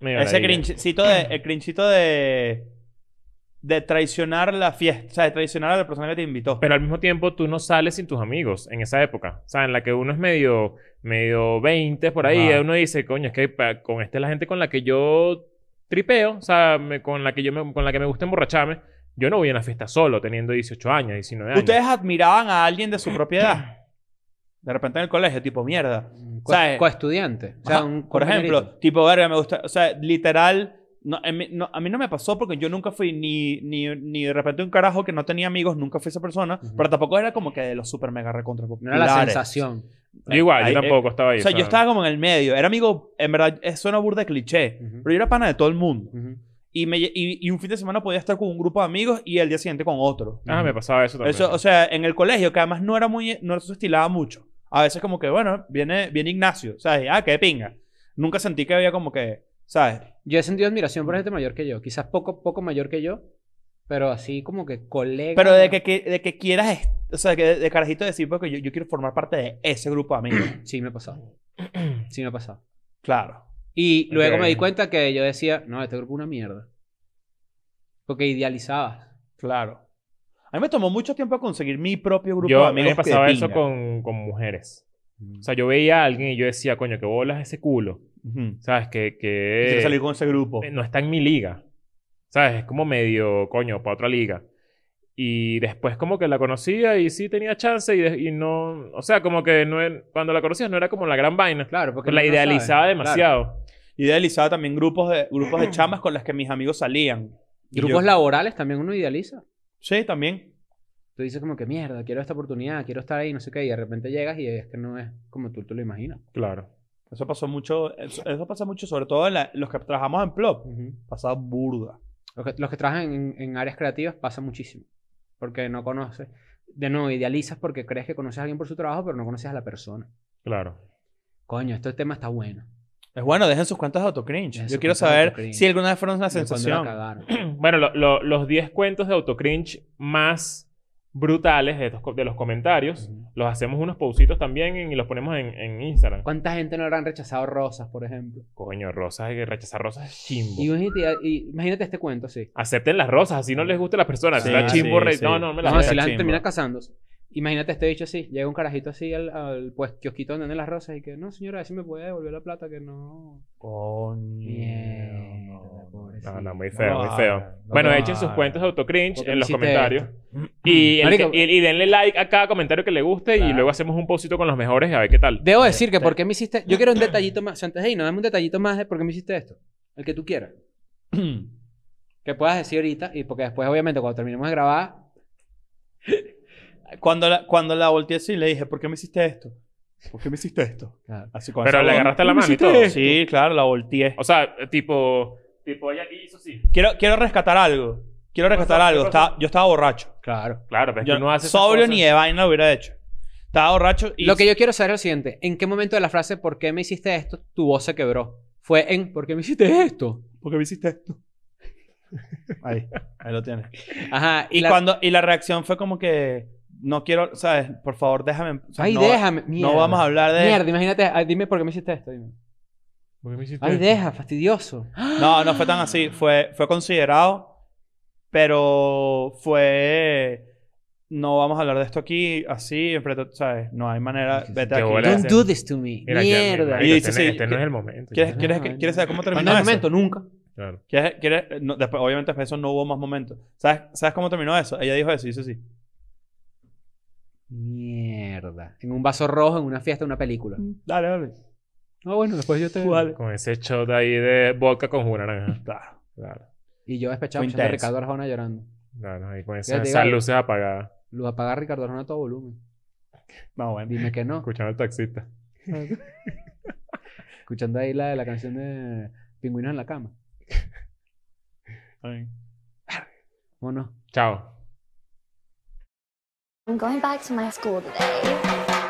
S2: medio
S3: Ese
S2: ladilla.
S3: crinchito de, el crinchito de, de traicionar la fiesta, o sea, de traicionar a la persona que te invitó.
S2: Pero al mismo tiempo tú no sales sin tus amigos en esa época. O sea, en la que uno es medio, medio 20 por ahí,
S3: Ajá.
S2: uno dice, coño, es que pa- con esta es la gente con la que yo tripeo, o sea, me- con la que yo me, con la que me gusta emborracharme. Yo no voy a una fiesta solo teniendo 18 años, 19 años.
S3: Ustedes admiraban a alguien de su propiedad. De repente en el colegio, tipo, mierda.
S4: Co-
S3: ¿Sabes?
S4: Coestudiante. O sea,
S3: Ajá,
S4: un
S3: por ejemplo,
S4: compañerito.
S3: tipo, verga, me gusta, o sea, literal, no, en mí- no, a mí no me pasó porque yo nunca fui ni, ni, ni de repente un carajo que no tenía amigos, nunca fui esa persona,
S4: Ujú.
S3: pero tampoco era como que de los super mega recontra
S4: No era la
S3: populares.
S4: sensación.
S2: Yo igual,
S3: Ahí- eh,
S2: yo tampoco estaba ahí.
S3: O sea, yo
S2: ¿sabes?
S3: estaba como en el medio, era amigo, en verdad, eh, suena burda de cliché,
S4: Ujú.
S3: pero yo era pana de todo el mundo.
S4: Ujú.
S3: y, me, lle- y, y un fin de semana podía estar con un grupo de amigos y el día siguiente con otro.
S2: Ah, me pasaba eso también.
S3: Eso, o sea, en el colegio, que además no era muy, no se estilaba mucho. A veces como que, bueno, viene, viene Ignacio, ¿sabes? Ah, qué pinga. Nunca sentí que había como que, ¿sabes?
S4: Yo he sentido admiración
S3: Mm.
S4: por gente mayor que yo. Quizás poco, poco mayor que yo, pero así como que colega.
S3: Pero de que, que- de que quieras, est- o sea, que de, de carajito decir, porque yo, yo quiero formar parte de ese grupo de amigos.
S4: Sí, me ha pasado. Sí, me ha pasado.
S3: claro.
S4: Y luego
S2: Ok.
S4: me di cuenta que yo decía, no, este grupo es una mierda. Porque idealizabas.
S3: Claro. A mí me tomó mucho tiempo conseguir mi propio grupo
S2: Yo
S3: de
S2: a mí
S3: amigos.
S2: me
S3: que de
S2: pasaba eso
S3: pinga.
S2: con, con mujeres. O sea, yo veía a alguien y yo decía, coño, qué bolas ese culo.
S3: Ujú.
S2: ¿Sabes? Que, que...
S3: Quiero salir con ese grupo.
S2: eh, no está en mi liga. ¿Sabes? Es como medio, coño, para otra liga. Y después como que la conocía y sí tenía chance y, de- y no... O sea, como que no era- cuando la conocías no era como la gran vaina.
S4: Claro, porque
S2: Pero la
S4: uno no sabe.
S2: idealizaba
S4: Claro.
S2: demasiado.
S3: Idealizaba también grupos de, grupos de chamas con las que mis amigos salían. Y
S4: Grupos
S3: yo-
S4: laborales también uno idealiza.
S3: Sí, también.
S4: Tú dices como que mierda, quiero esta oportunidad, quiero estar ahí, no sé qué. Y de repente llegas y es que no es como tú te lo imaginas.
S2: Claro.
S3: Eso pasó mucho, eso, eso pasa mucho, sobre todo en la- los que trabajamos en Plop. Pasaba burda.
S4: Los que, los que trabajan en, en áreas creativas pasa muchísimo. Porque no conoces. De nuevo, idealizas porque crees que conoces a alguien por su trabajo, pero no conoces a la persona.
S2: Claro.
S4: Coño, este tema está bueno.
S3: Es bueno, dejen sus cuentas de autocringe.
S4: Dejen
S3: Yo
S4: sus
S3: quiero
S4: cuentas de
S3: saber
S4: autocringe.
S3: si alguna vez fueron una
S4: De cuando la
S3: sensación.
S4: cagaron.
S2: Bueno, lo- lo- los 10 cuentos de autocringe más brutales de, estos co- de los comentarios,
S4: Ujú.
S2: los hacemos unos pausitos también y los ponemos en, en Instagram.
S4: ¿Cuánta gente no habrán rechazado rosas, por ejemplo?
S2: Coño, rosas, eh, rechazar rosas es
S4: Y,
S2: chimbo.
S4: imagínate- y- imagínate este cuento, sí.
S2: Acepten las rosas, así no les guste a las personas.
S3: Sí,
S2: Si la chimbo,
S3: sí,
S2: re-
S3: sí.
S2: no, no, me las
S4: ah, No,
S2: voy a-
S4: si la
S3: chimbo.
S4: gente termina casándose. Imagínate este bicho así, llega un carajito así al, al pues, kiosquito donde venden las rosas y que, no señora, a ver si me puede devolver la plata, que no...
S3: Coño.
S4: Mierda, pobrecito.
S2: No, no, muy
S3: No
S2: feo,
S3: lo
S2: muy feo.
S3: hagan, no
S2: bueno,
S3: lo
S2: echen sus
S3: hagan.
S2: cuentas de autocringe
S4: Porque
S2: en los
S4: hiciste
S2: comentarios. Y, el
S4: Marico,
S2: que- y- y denle like a cada comentario que le guste y
S3: Claro.
S2: luego hacemos un postito con los mejores y a ver qué tal.
S4: Debo decir que porque me hiciste... Yo quiero un detallito más. O sea, antes de irnos, dame un detallito más de por qué me hiciste esto. El que tú quieras. que puedas decir ahorita y porque después, obviamente, cuando terminemos de grabar...
S3: Cuando la, cuando la volteé así, le dije, ¿por qué me hiciste esto? ¿Por qué me hiciste esto? Así con
S2: Pero
S3: esa
S2: le
S3: voz.
S2: agarraste la
S3: "¿Me
S2: mano y
S3: hiciste
S2: todo".
S3: esto? Sí, claro, la volteé.
S2: O sea, tipo, tipo ella hizo sí.
S3: Quiero, quiero rescatar algo. Quiero rescatar
S2: pasó?
S3: algo.
S2: ¿Qué pasó?
S3: Estaba- yo estaba borracho.
S4: Claro.
S2: Claro, pero es que
S3: Yo,
S2: uno hace esas
S3: sobrio
S2: cosas.
S3: ni de vaina lo hubiera hecho. Estaba borracho y...
S4: Lo que yo quiero saber es lo siguiente. ¿En qué momento de la frase ¿por qué me hiciste esto? tu voz se quebró? Fue en ¿por qué me hiciste esto?
S3: ¿Por qué me hiciste esto? Ahí, ahí lo tienes.
S4: Ajá.
S3: Y,
S4: la-
S3: cuando, y la reacción fue como que... No quiero, ¿sabes? Por favor, déjame... en- o sea,
S4: Ay,
S3: no,
S4: déjame.
S3: No vamos a hablar de...
S4: Mierda, imagínate. ay, dime por qué me hiciste esto. dime.
S2: ¿Por qué me hiciste
S4: Ay,
S2: esto?
S4: deja, fastidioso.
S3: No, no fue tan así. Fue, fue considerado, pero fue. No vamos a hablar de esto aquí, así, enfrente, ¿sabes? No hay manera.
S4: Sí, sí,
S3: Vete
S2: qué
S3: aquí.
S2: bola.
S4: Ah, Don't
S2: Gracias.
S4: do this to me.
S2: Mira, ya,
S4: Mierda.
S2: marico, este,
S3: Y dice,
S2: no-
S3: sí,
S2: este no
S3: que-
S2: es el momento.
S3: ¿Quieres,
S2: ya.
S3: quieres,
S4: No,
S3: que-
S4: no.
S3: quieres saber cómo terminó
S4: No hay
S3: eso?
S4: momento, nunca.
S2: Claro.
S3: ¿Quieres- quieres- no, después, obviamente, después de eso no hubo más momentos. ¿Sabes, ¿Sabes cómo terminó eso? Ella dijo eso y hizo así.
S4: Mierda. En un vaso rojo, en una fiesta, en una película.
S3: Dale, dale.
S4: No, Ah, bueno, después yo te.
S3: Tú dale.
S2: Con ese shot ahí de vodka con jugo de naranja.
S3: Claro.
S2: Claro.
S4: Y yo despechado
S3: Fue
S4: escuchando a
S3: intenso.
S4: Ricardo Arjona llorando.
S2: Claro, ahí con
S4: Ya
S2: esa,
S4: te
S2: esas
S4: digo-
S2: luces apagadas.
S4: Luz apagar Ricardo Arjona a todo volumen.
S3: No, bueno.
S4: Dime que no.
S2: Escuchando al taxista.
S4: Escuchando ahí la de la canción de Pingüinos en la cama.
S3: Ay.
S4: ¿O no?
S2: Chao.
S1: I'm going back to my school today.